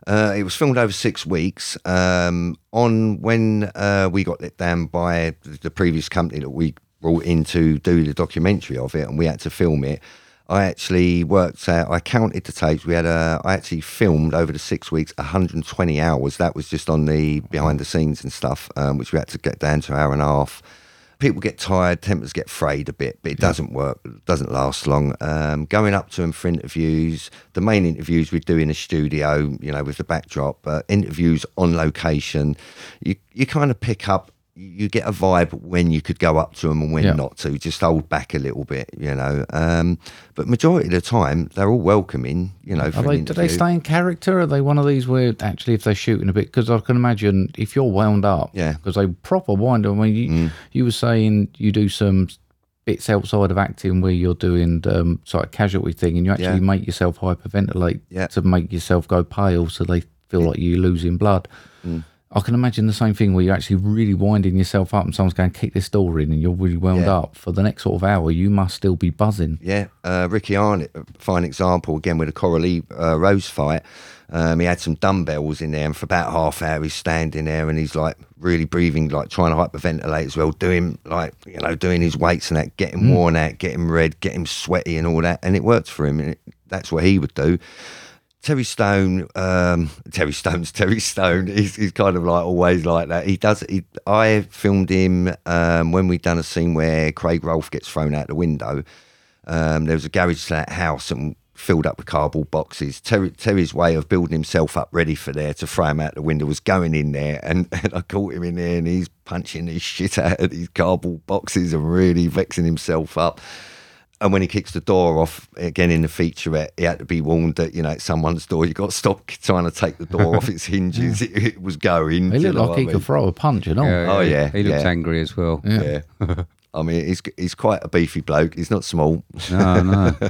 Uh, it was filmed over six weeks. Um, on when uh, we got let down by the the previous company that we brought in to do the documentary of it, and we had to film it. I actually worked out. I counted the tapes. We had a. I actually filmed over the six weeks, 120 hours. That was just on the behind the scenes and stuff, um, which we had to get down to an hour and a half. People get tired, tempers get frayed a bit, but it doesn't work. Doesn't last long. Um, going up to them for interviews. The main interviews we do in a studio, you know, with the backdrop. Uh, interviews on location. You you kind of pick up. You get a vibe when you could go up to them and when Yeah. not to. Just hold back a little bit, you know. Um, but majority of the time, they're all welcoming, you know. For Are an they, do they interview. stay in character? Are they one of these where actually if they're shooting a bit? Because I can imagine if you're wound up, Yeah. Mm. Because they proper wind up. I mean, you, you were saying you do some bits outside of acting where you're doing um, sort of casualty thing, and you actually Yeah. make yourself hyperventilate Yeah. to make yourself go pale, so they feel like you're losing blood. Mm. I can imagine the same thing where you're actually really winding yourself up, and someone's going kick this door in, and you're really wound Yeah. up for the next sort of hour. You must still be buzzing. Yeah, uh, Ricky Arnott, a fine example again with the Coralie uh, Rose fight. Um, he had some dumbbells in there, and for about half hour he's standing there and he's like really breathing, like trying to hyperventilate as well, doing like you know doing his weights and that, get him Mm. worn out, get him red, get him sweaty and all that, and it worked for him. And it, that's what he would do. Terry Stone, um, Terry Stone's Terry Stone. He's, he's kind of like always like that. He does. He, I filmed him um, when we done a scene where Craig Rolfe gets thrown out the window. Um, there was a garage to that house and filled up with cardboard boxes. Terry, Terry's way of building himself up ready for there to throw him out the window was going in there, and, and I caught him in there, and he's punching his shit out of these cardboard boxes and really vexing himself up. And when he kicks the door off again in the featurette, he had to be warned that you know it's someone's door. You got to stop trying to take the door off its hinges. It, it was going. He do you looked know like what I he mean? could throw a punch and all. oh yeah, he looks angry as well. Yeah. I mean, he's he's quite a beefy bloke. He's not small. No, no.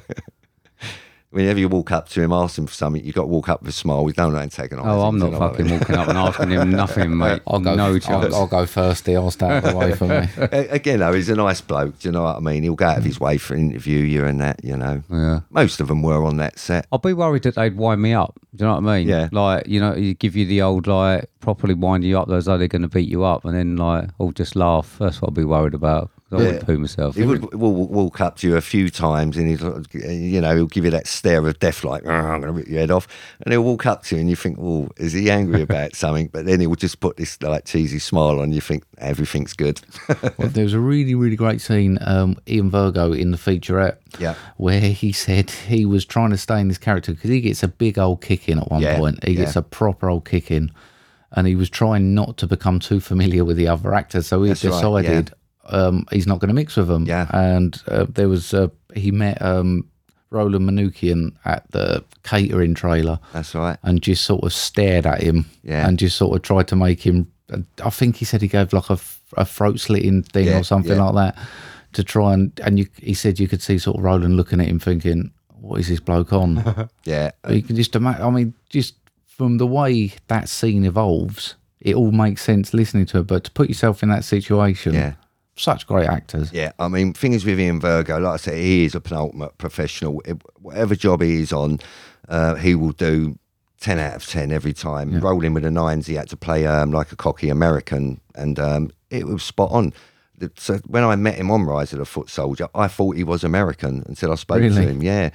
Whenever you walk up to him, ask him for something, you got to walk up with a smile. We don't antagonise. Oh, I'm not fucking walking up and asking him nothing, mate. I'll go. no chance. I'll, I'll go thirsty. I'll stay out of the way for me. Again, though, he's a nice bloke. Do you know what I mean? He'll go out of his way for an interview you and that. You know. Yeah. Most of them were on that set. I'd be worried that they'd wind me up. Do you know what I mean? Yeah. Like, you know, you give you the old, like, properly wind you up, those are they're going to beat you up, and then, like, all just laugh. That's what I'd be worried about. 'cause I would poo myself. He would, will will walk up to you a few times, and he'll, you know, he'll give you that stare of death, like "Arr, I'm going to rip your head off. And he'll walk up to you, and you think, "Well, is he angry about something?" But then he will just put this like cheesy smile on. You think everything's good. well, there was a really, really great scene, um, Ian Virgo in the featurette, Yeah. where he said he was trying to stay in his character because he gets a big old kick in at one Yeah, point. He gets yeah. a proper old kick in, and he was trying not to become too familiar with the other actors, so he That's right, yeah. decided um, he's not going to mix with them. Yeah. And uh, there was uh, he met um, Roland Manukian at the catering trailer. That's right. And just sort of stared at him. Yeah. And just sort of tried to make him. I think he said he gave like a, f- a throat slitting thing Yeah, or something yeah. like that to try and and you, he said you could see sort of Roland looking at him thinking, what is this bloke on? yeah. Uh, But you can just imagine. I mean, just from the way that scene evolves, it all makes sense listening to it. But to put yourself in that situation, Yeah. such great actors. Yeah, I mean, thing is with Ian Virgo, like I said, he is a penultimate professional. It- Whatever job he is on, uh, he will do 10 out of 10 every time. Rolling with the nines, he had to play um, like a cocky American, and um, it was spot on. The- So when I met him on Rise of the Foot Soldier, I thought he was American until I spoke Really? to him. Yeah.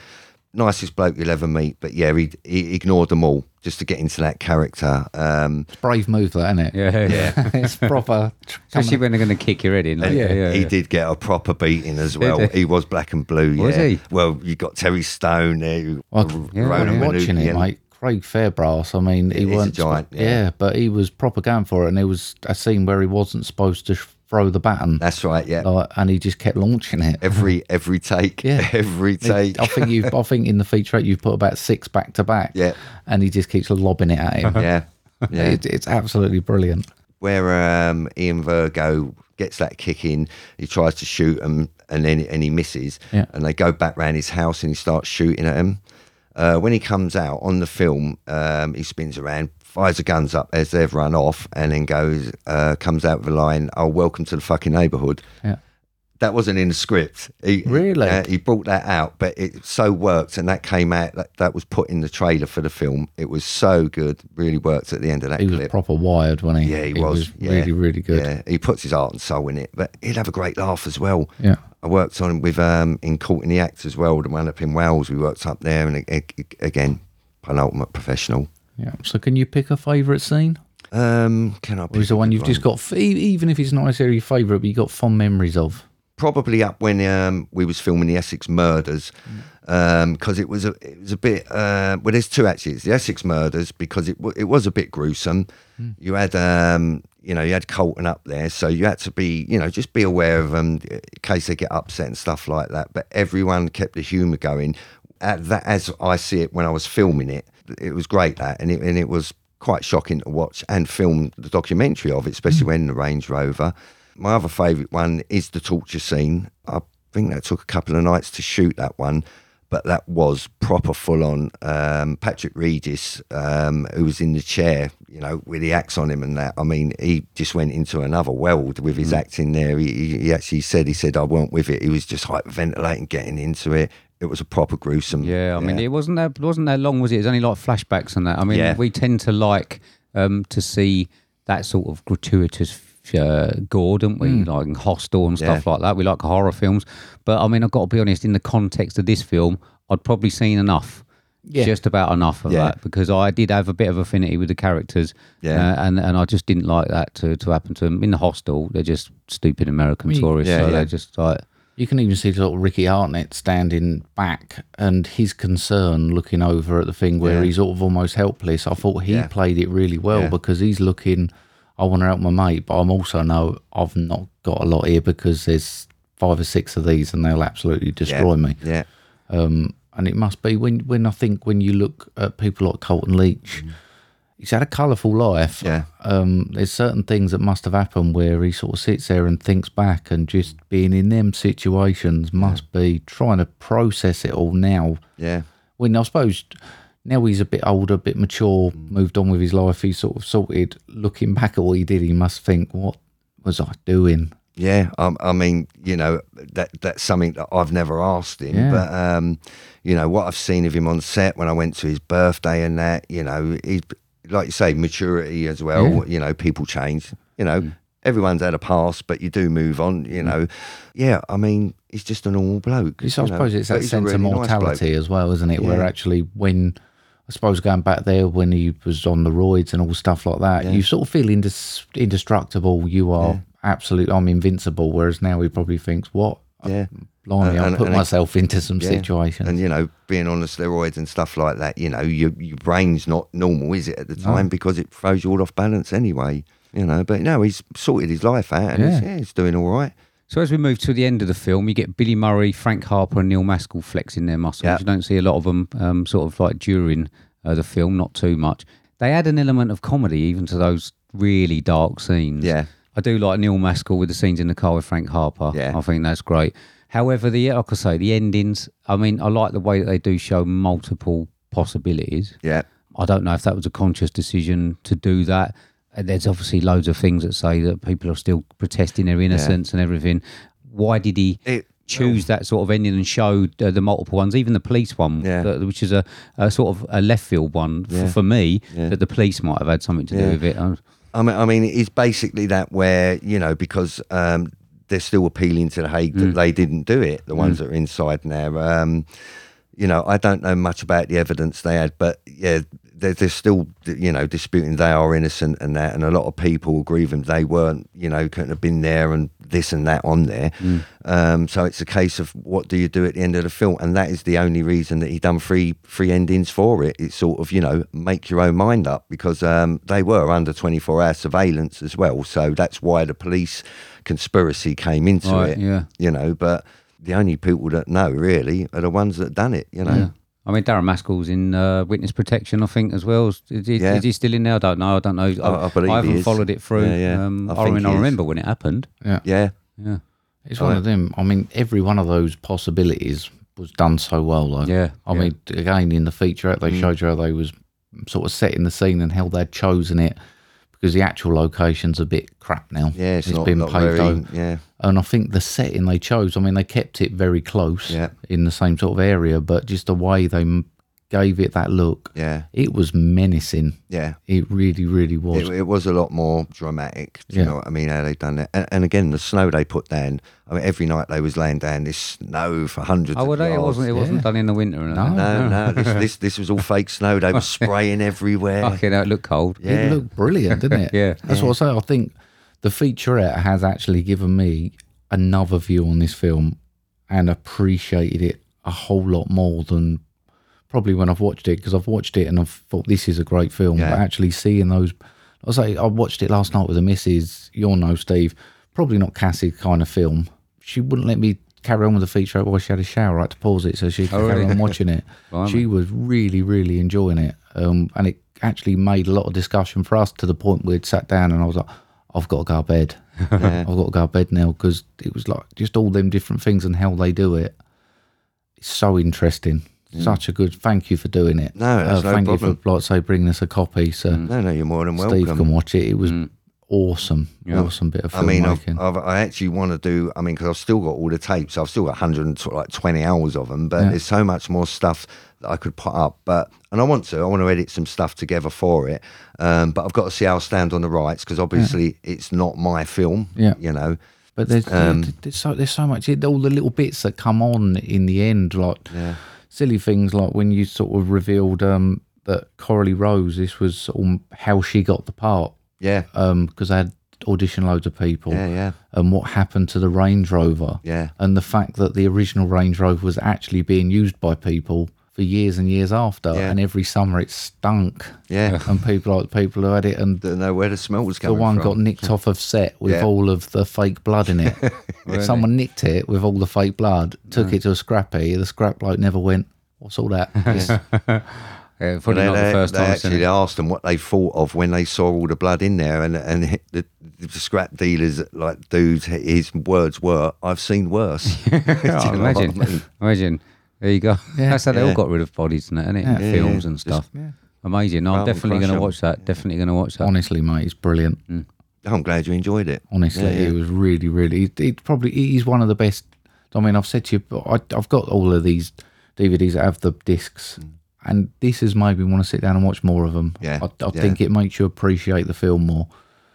Nicest bloke you'll ever meet, but yeah, he, he ignored them all just to get into that character. Um, It's a brave move, that isn't it? Yeah. Yeah. it's proper. Especially when they're going to kick your head in. Like, And yeah, yeah, he yeah. did get a proper beating as well. Did he? was black and blue. Yeah. Was he? Oh, Well, you got Terry Stone there. you- Well, R- yeah, when Ronan I'm watching it, Manukian. mate. Craig Fairbrass, I mean, he is a wasn't giant, yeah. but he was proper going for it, and there was a scene where he wasn't supposed to sh- throw the baton. That's right, yeah. Oh, Like, and he just kept launching it. Every every take, Yeah. every take. I think you, I think in the featurette you've put about six back to back. Yeah. and he just keeps lobbing it at him. yeah. Yeah. It- it's absolutely brilliant. where um, Ian Virgo gets that kick in, he tries to shoot him, and then and he misses, Yeah. and they go back round his house and he starts shooting at him. Uh, when he comes out on the film, um, he spins around, fires the guns up as they've run off, and then goes uh, comes out with a line, "Oh, welcome to the fucking neighbourhood." Yeah. That wasn't in the script. He, Really? uh, he brought that out, but it so worked, and that came out. That, that was put in the trailer for the film. It was so good, really worked at the end of that He was clip. proper wired when he. Yeah, he was. yeah. really, really good. Yeah, he puts his heart and soul in it, but he'd have a great laugh as well. Yeah. I worked on him with um, in Caught in the Act as well, the one up in Wales. We worked up there, and a- a- again, penultimate professional. Yeah. So, can you pick a favourite scene? Um, can I? Or is the one you've just got, f- e- even if it's not necessarily your favourite, but you got fond memories of? probably up when um, we was filming the Essex Murders because Um, it was a it was a bit uh, well. There's two actually. It's the Essex Murders because it wa- it was a bit gruesome. You had um, you know you had Colton up there, so you had to be you know just be aware of them in case they get upset and stuff like that. But everyone kept the humour going. At that as I see it when I was filming it, it was great that and it and it was quite shocking to watch and film the documentary of it, especially when the Range Rover. My other favourite one is the torture scene. I think that took a couple of nights to shoot that one, but that was proper full on. Um, Patrick Regis, um, who was in the chair, you know, with the axe on him and that. I mean, he just went into another world with Hmm. his acting there. He, he- he actually said, he said, I weren't with it. He was just hyperventilating, getting into it. It was a proper gruesome. Yeah, I mean, it wasn't that wasn't that long, was it? It was only like flashbacks and that. I mean, Yeah. we tend to like um, to see that sort of gratuitous uh, gore, don't we? Mm. Like in Hostel and stuff Yeah. like that. We like horror films, but I mean, I've got to be honest. In the context of this film, I'd probably seen enough. Yeah. Just about enough of Yeah. that because I did have a bit of affinity with the characters, Yeah. uh, and and I just didn't like that to, to happen to them in the hostel. They're just stupid American Well, you- tourists, Yeah, so yeah. they're just like You can even see little Ricky Hartnett standing back and his concern looking over at the thing where Yeah. he's sort of almost helpless. I thought he Yeah. played it really well Yeah. because he's looking, I want to help my mate, but I'm also know I've not got a lot here because there's five or six of these and they'll absolutely destroy me. Yeah. Um, and it must be when, when I think when you look at people like Colton Leach, Mm. he's had a colourful life. Yeah. Um, there's certain things that must have happened where he sort of sits there and thinks back, and just being in them situations must be trying to process it all now. Yeah. When I suppose now he's a bit older, a bit mature, moved on with his life, he's sort of sorted. Looking back at what he did, he must think, what was I doing? Yeah, I, I mean, you know, that that's something that I've never asked him, Yeah. but um, you know what I've seen of him on set when I went to his birthday and that, you know, he like you say, maturity as well. Yeah. Mm. You know, people change. You know, everyone's had a past, but you do move on. You know, yeah, I mean, he's just a normal bloke. It's, you Mm. I know, suppose it's but that he's a sense of really nice bloke. mortality as well, isn't it? Where Yeah. actually, when I suppose going back there when he was on the roids and all stuff like that, Yeah. you sort of feel indis- indestructible. You are absolute. I'm invincible. Whereas now he probably thinks, what? Yeah. Blimey, I And- put and- myself into some yeah. situations. And you know, being on the steroids and stuff like that, you know, your your brain's not normal, is it, at the time because it throws you all off balance anyway. You know, but no, he's sorted his life out and he's, Yeah. yeah, he's doing all right. So as we move to the end of the film, you get Billy Murray, Frank Harper, and Neil Maskell flexing their muscles. You don't see a lot of them, um, sort of like during uh, the film, not too much. They add an element of comedy even to those really dark scenes. Yeah, I do like Neil Maskell with the scenes in the car with Frank Harper. Yeah, I think that's great. However, the like I say, the endings. I mean, I like the way that they do show multiple possibilities. Yeah. I don't know if that was a conscious decision to do that. Uh, There's obviously loads of things that say that people are still protesting their innocence and everything. Why did he choose that sort of ending and show uh, the multiple ones, even the police one, that- which is a, a sort of a left field one Yeah. for, for me, Yeah. that the police might have had something to do Yeah. with it. Um, I mean, I mean, it's basically that where you know because um, they're still appealing to the Hague that they didn't do it. The ones Mm. that are inside now, um, you know, I don't know much about the evidence they had, but yeah, they're, they're still you know disputing they are innocent and that, and a lot of people agree with them they weren't, you know, couldn't have been there and this and that on there. Um, so it's a case of what do you do at the end of the film, and that is the only reason that he done three three endings for it. It's sort of you know make your own mind up because um, they were under twenty four hour surveillance as well, so that's why the police conspiracy came into Right, it. yeah. you know, but the only people that know really are the ones that done it. You know, I mean, Darren Maskell's in uh, witness protection, I think, as well. Is, is, he- Yeah. is he still in there? I don't know. I don't know. I- I believe he haven't is. followed it through. Yeah, yeah. Um, I I, think mean, he I is. remember when it happened. Yeah. Yeah. Yeah. It's one of them. I mean, every one of those possibilities was done so well, though. Yeah, I yeah. mean, again, in the featurette, they Mm. showed you how they was sort of setting the scene and how they'd chosen it because the actual location's a bit crap now. Yeah, it's not- not very- yeah. And I think the setting they chose, I mean, they kept it very close Yeah. in the same sort of area, but just the way they m- gave it that look, Yeah. it was menacing. Yeah. It really, really was. It, it was a lot more dramatic. Do you Yeah. know what I mean? How they done that, and, and again, the snow they put down. I mean, every night they was laying down this snow for hundreds. Oh, of well, they- it yards. wasn't. It wasn't done in the winter. or No, anything. no, no. This, this this was all fake snow. They were spraying everywhere. Fucking hell, it looked cold. Yeah. It looked brilliant, didn't it? Yeah. That's what I say. I think the featurette has actually given me another view on this film and appreciated it a whole lot more than probably when I've watched it because I've watched it and I've thought this is a great film. Yeah. But actually seeing those, I say I watched it last night with the missus. You'll know, Steve. Probably not Cassie's kind of film. She wouldn't let me carry on with the featurette while she had a shower. I had to pause it so she could Oh, carry really? on watching it. Blimey. She was really, really enjoying it. Um, and it actually made a lot of discussion for us to the point we'd sat down and I was like, I've got to go to bed. I've got to go to bed now because it was like just all them different things and how they do it. It's so interesting. Such a good. Thank you for doing it. Mm. Uh, No, that's no thank you problem. for like say bringing us a copy. So No, no, you're more than welcome. Mm. Steve can watch it. It was awesome, awesome bit of I mean, I've, filmmaking. I've, I actually want to do. I mean, because I've still got all the tapes. I've still got 120 like 20 hours of them. But Yeah. there's so much more stuff that I could put up. But and I want to. I want to edit some stuff together for it. Um, but I've got to see how I stand on the rights because obviously it's not my film. Yeah. you know. But there's, um, there- there's so there's so much all the little bits that come on in the end, like silly things like when you sort of revealed um, that Coralie Rose, this was sort of how she got the part. Yeah. Because I had auditioned loads of people. Oh. Yeah, yeah. And what happened to the Range Rover? Yeah. And the fact that the original Range Rover was actually being used by people for years and years after, Yeah. and every summer it stunk. Yeah. And people like people who had it and Don't know where the smell was the coming. one from. got nicked off of set with Yeah. all of the fake blood in it. Really? Someone nicked it with all the fake blood, took it to a scrappy. The scrap bloke never went. What's all that? It's- Yeah, probably Well, not the first they time I've seen actually it. asked them what they thought of when they saw all the blood in there, and and the, the scrap dealers like dudes. His words were, "I've seen worse." Do you know Oh, what I imagine, mean? imagine. There you go. Yeah. That's how they all Yeah. got rid of bodies, isn't it? innit? Yeah. Yeah, Films yeah. and Just- stuff. yeah. Amazing. No, I'm Rather than definitely crush going to 'em. watch that. Definitely going to watch that. Honestly, mate, it's brilliant. I'm glad you enjoyed it. Honestly, Yeah, yeah. it was really, really. It, it probably he's one of the best. I mean, I've said to you, but I, I've got all of these DVDs that have the discs, and this has made me want to sit down and watch more of them. Mm. Yeah, I, I yeah. think it makes you appreciate the film more.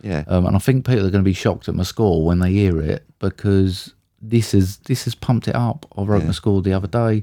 Yeah. Um, and I think people are going to be shocked at my score when they hear it because this is this has pumped it up. I wrote my score the other day.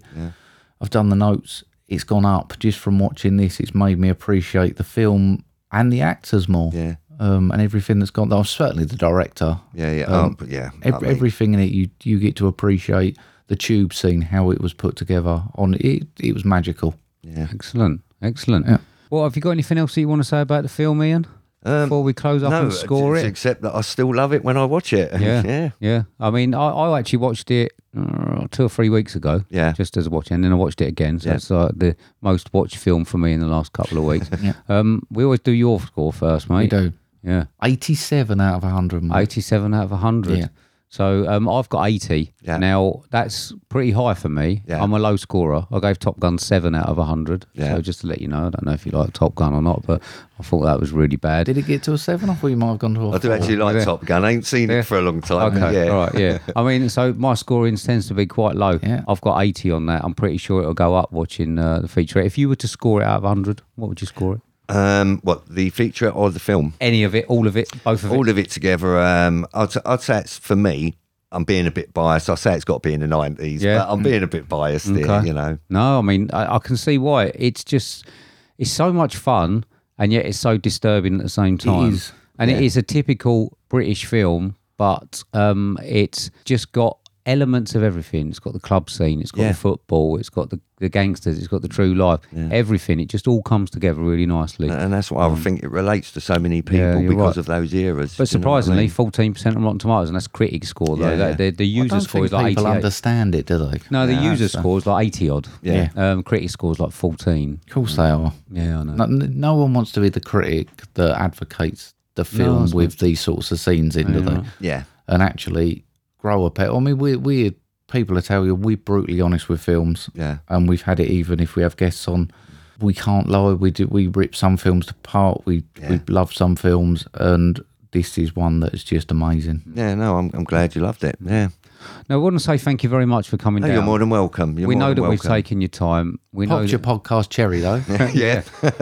I've done the notes. It's gone up just from watching this. It's made me appreciate the film and the actors more. Yeah. Um, and everything that's gone. Oh, certainly the director. Yeah, yeah, um, yeah, ev- I mean- everything in it, you you get to appreciate the tube scene, how it was put together. On it, it was magical. Yeah. Excellent. Excellent. Yeah. Well, have you got anything else that you want to say about the film, Ian? Before we close up and score just it? um, Except that I still love it when I watch it. Yeah. yeah, Yeah. I mean, I, I actually watched it uh, two or three weeks ago. Yeah. Just as a watch. And then I watched it again. So Yeah. it's like the most watched film for me in the last couple of weeks. Yeah. um, we always do your score first, mate. We do Yeah. 87 out of 100. mate. 87 out of 100. Yeah. So um, I've got 80. Yeah. Now, that's pretty high for me. Yeah. I'm a low scorer. I gave Top Gun 7 out of 100. Yeah. So just to let you know, I don't know if you like Top Gun or not, but I thought that was really bad. Did it get to a seven? I thought you might have gone to a I do four. actually like Yeah. Top Gun. I ain't seen Yeah. it for a long time. Okay, yeah, all right, yeah. I mean, so my scoring tends to be quite low. Yeah. I've got 80 on that. I'm pretty sure it'll go up watching uh, the feature. If you were to score it out of 100, what would you score it? Um, what the feature or the film? Any of it, all of it, both of all it? of it together. Um, I'd, I'd say it's for me. I'm being a bit biased. I say it's got to be in the nineties, Yeah. but I'm being a bit biased here. Okay. You know, No, I mean, I, I can see why. It's just, it's so much fun and yet it's so disturbing at the same time. is, And it is a typical British film, but um, it's just got elements of everything. It's got the club scene, it's got Yeah. the football, it's got the, the gangsters, it's got the true life, everything. It just all comes together really nicely. And that's why I think it relates to so many people Mm. you're because right. of those eras. But you know what I surprisingly, mean? fourteen percent on Rotten Tomatoes, and that's critic score though. Yeah, yeah. The, the, the I user don't score think is like people 88. understand it, do they? No, the Yeah, user so- score is like eighty odd. Yeah. Um, critic score is like fourteen. Of course they are. Yeah, I know. No, no one wants to be the critic that advocates the film that's with these sorts of scenes in, do Yeah, they? right. Yeah. And actually grow a pet. I mean, we we people will tell you we're brutally honest with films. Yeah. And we've had it even if we have guests on. We can't lie. We do. We rip some films apart. We we love some films, and this is one that's just amazing. Yeah, no, I'm, I'm glad you loved it. Yeah. No, I want to say thank you very much for coming No, down. you're more than welcome. You're we more know than that we've welcome. taken your time. We know Popped your that- podcast cherry though. Yeah.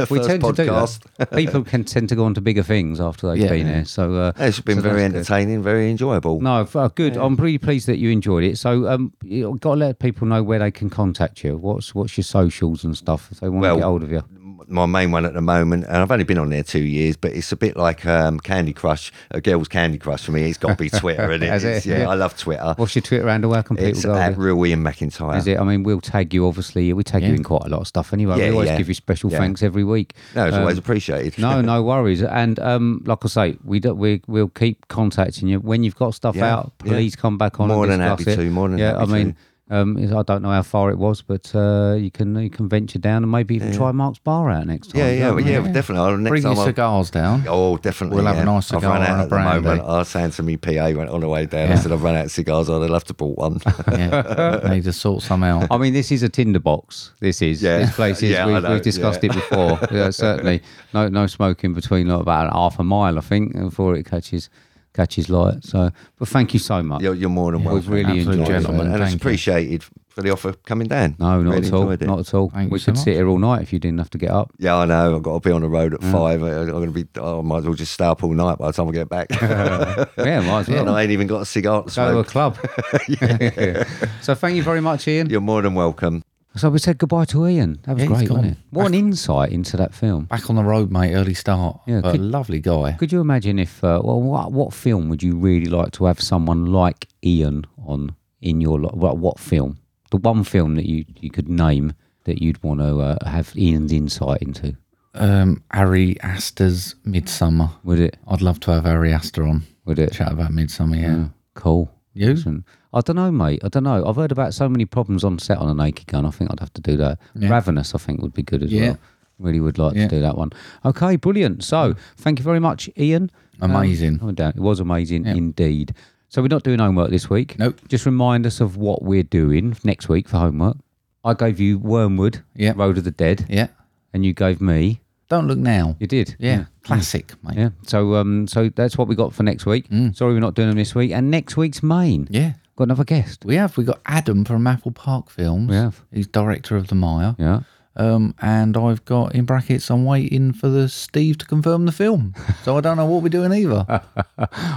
we First tend to do that. podcast. People can tend to go on to bigger things after they've Yeah. been there. So uh, It's been so very that's good. entertaining, very enjoyable. No, f- uh, good. I'm really pleased that you enjoyed it. So, um, you've got to let people know where they can contact you. What's what's your socials and stuff if they want Well, to get hold of you. my main one at the moment, and I've only been on there two years, but it's a bit like um, Candy Crush, a girl's Candy Crush for me. It's got to be Twitter, and Has it's, it? yeah, I love Twitter. What's your Twitter handle? Where can people It's go? over at you? real Ian McIntyre. Is it? I mean, we'll tag you. Obviously, we tag Yeah. you in quite a lot of stuff anyway. Yeah, we always yeah. give you special Yeah. thanks every week. Um, No, it's always appreciated. no, no worries. And um, like I say, we do, we we'll keep contacting you when you've got stuff Yeah, out. yeah. Please come back on. More and than happy discuss it. to, more than yeah. happy I mean. Um, I don't know how far it was, but uh, you can you can venture down and maybe even Yeah. try Mark's bar out next time. Yeah, you yeah, know well, what I yeah, mean? definitely. I'll- Next Bring time your I'll- cigars down. Oh, definitely. We'll have a yeah. nice cigar I've run out and a at the brandy. moment. I was saying to me PA went on the way down. I Yeah. said I've run out of cigars. I'd have loved to bought one. Yeah. Need to sort some out. I mean, this is a tinderbox. This is. Yeah. This place is. Yeah, I we've, know, we've discussed yeah. it before. yeah, certainly. No, no smoking between like, about half a mile, I think, before it catches catches light. So, but thank you so much. You're, you're more than Yeah, welcome. we've really Absolute enjoyed gentleman. it. and it's Thank you. appreciated for the offer coming down. No, not Really at all. enjoyed it. Not at all. Thank we you so could sit here all night if you didn't have to get up. Yeah, I know. I've got to be on the road at five. I- I'm going to be. oh, I might as well just stay up all night by the time I get back. yeah, Yeah, might as well. And I ain't even got a cigar to Go to a smoke. club. So, thank you very much, Ian. You're more than welcome. So we said goodbye to Ian. That was Yeah, he's great, wasn't gone. it? What an insight into that film. Back on the road, mate. Early start. Yeah, but could- lovely guy. Could you imagine if, uh, well, what, what film would you really like to have someone like Ian on in your life? Well, what film? The one film that you, you could name that you'd want to uh, have Ian's insight into, Um, Ari Aster's Midsummer. would it? I'd love to have Ari Aster on. Would it? Chat about Midsummer. Yeah. Cool. You? Excellent. I don't know, mate. I don't know. I've heard about so many problems on set on a naked gun. I think I'd have to do that. Yeah. Ravenous, I think, would be good as Yeah. well. Really would like Yeah. Mm. to do that one. Okay, brilliant. So, thank you very much, Ian. Um, Amazing. no doubt. It was amazing indeed. So, we're not doing homework this week. Nope. Just remind us of what we're doing next week for homework. I gave you Wormwood, Yeah. Road of the Dead, Yeah. and you gave me. Don't look now. You did. Mm. Yeah. Classic, mate. Yeah. So, um, so that's what we got for next week. Mm. Sorry, we're not doing them this week. And next week's main. Yeah. Got another guest. We have. We got Adam from Apple Park Films. We have. He's director of The Mire. Yeah. Um, and I've got in brackets. I'm waiting for the Steve to confirm the film. so I don't know what we're doing Ah. either.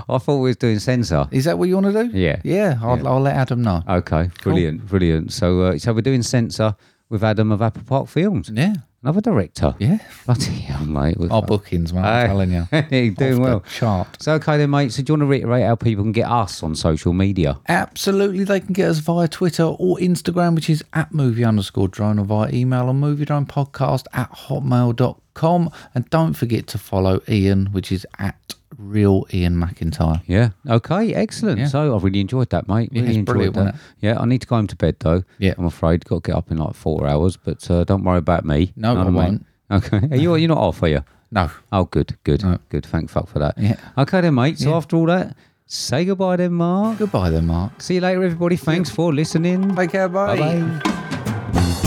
I thought we was doing sensor. Is that what you want to do? Yeah. Ah. Yeah. I'll, I'll let Adam know. Okay. Brilliant. Oh. Brilliant. So, uh, so we're doing sensor with Adam of Apple Park Films, Yeah. another director. Yeah. Bloody hell, mate. We've- Our bookings, mate. I'm Ah. Aye. telling you. You're doing Off the well. Chart. So, okay then, mate. So, do you want to reiterate how people can get us on social media? Absolutely, they can get us via Twitter or Instagram, which is at movie underscore drone, or via email on movie drone podcast at hotmail.com. And don't forget to follow Ian, which is at real Ian McIntyre. Yeah. Okay. Excellent. So, I really enjoyed that, mate. Yeah, Really it's enjoyed brilliant, that. wasn't Yeah. I need to go home to bed though. Yeah. I'm afraid. Got to get up in like four hours, but uh, don't worry about me. No, Know I what mean? won't. Okay. Are you? You're not off, are you? No. Oh, good, good, good. Thank fuck for that. Yeah. Okay then, mate. So after all that, say goodbye then, Mark. Goodbye then, Mark. See you later, everybody. Thanks for listening. Take care, bye. Bye-bye.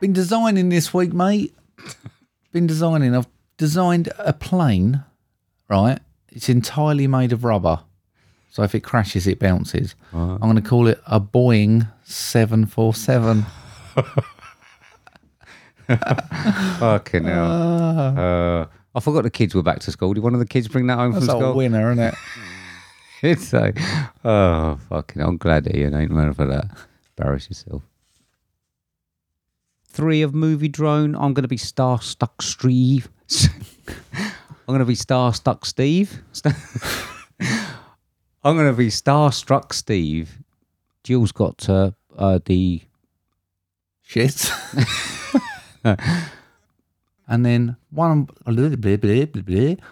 Been designing this week, mate. Been designing. I've designed a plane, right? It's entirely made of rubber. So if it crashes, it bounces. I'm going to call it a Boeing 747. Fucking hell. Ah. Uh, I forgot the kids were back to school. Did one of the kids bring that home That's from a school? winner, isn't it? it's like, oh, fucking, I'm glad that Ian ain't around for that. Embarrass yourself. three of Movie Drone. I'm going to be star stuck Steve. I'm going to be star stuck Steve. I'm going to be starstruck Steve. Jill's got uh, uh, the shit. and then one blah, blah, blah, blah, blah,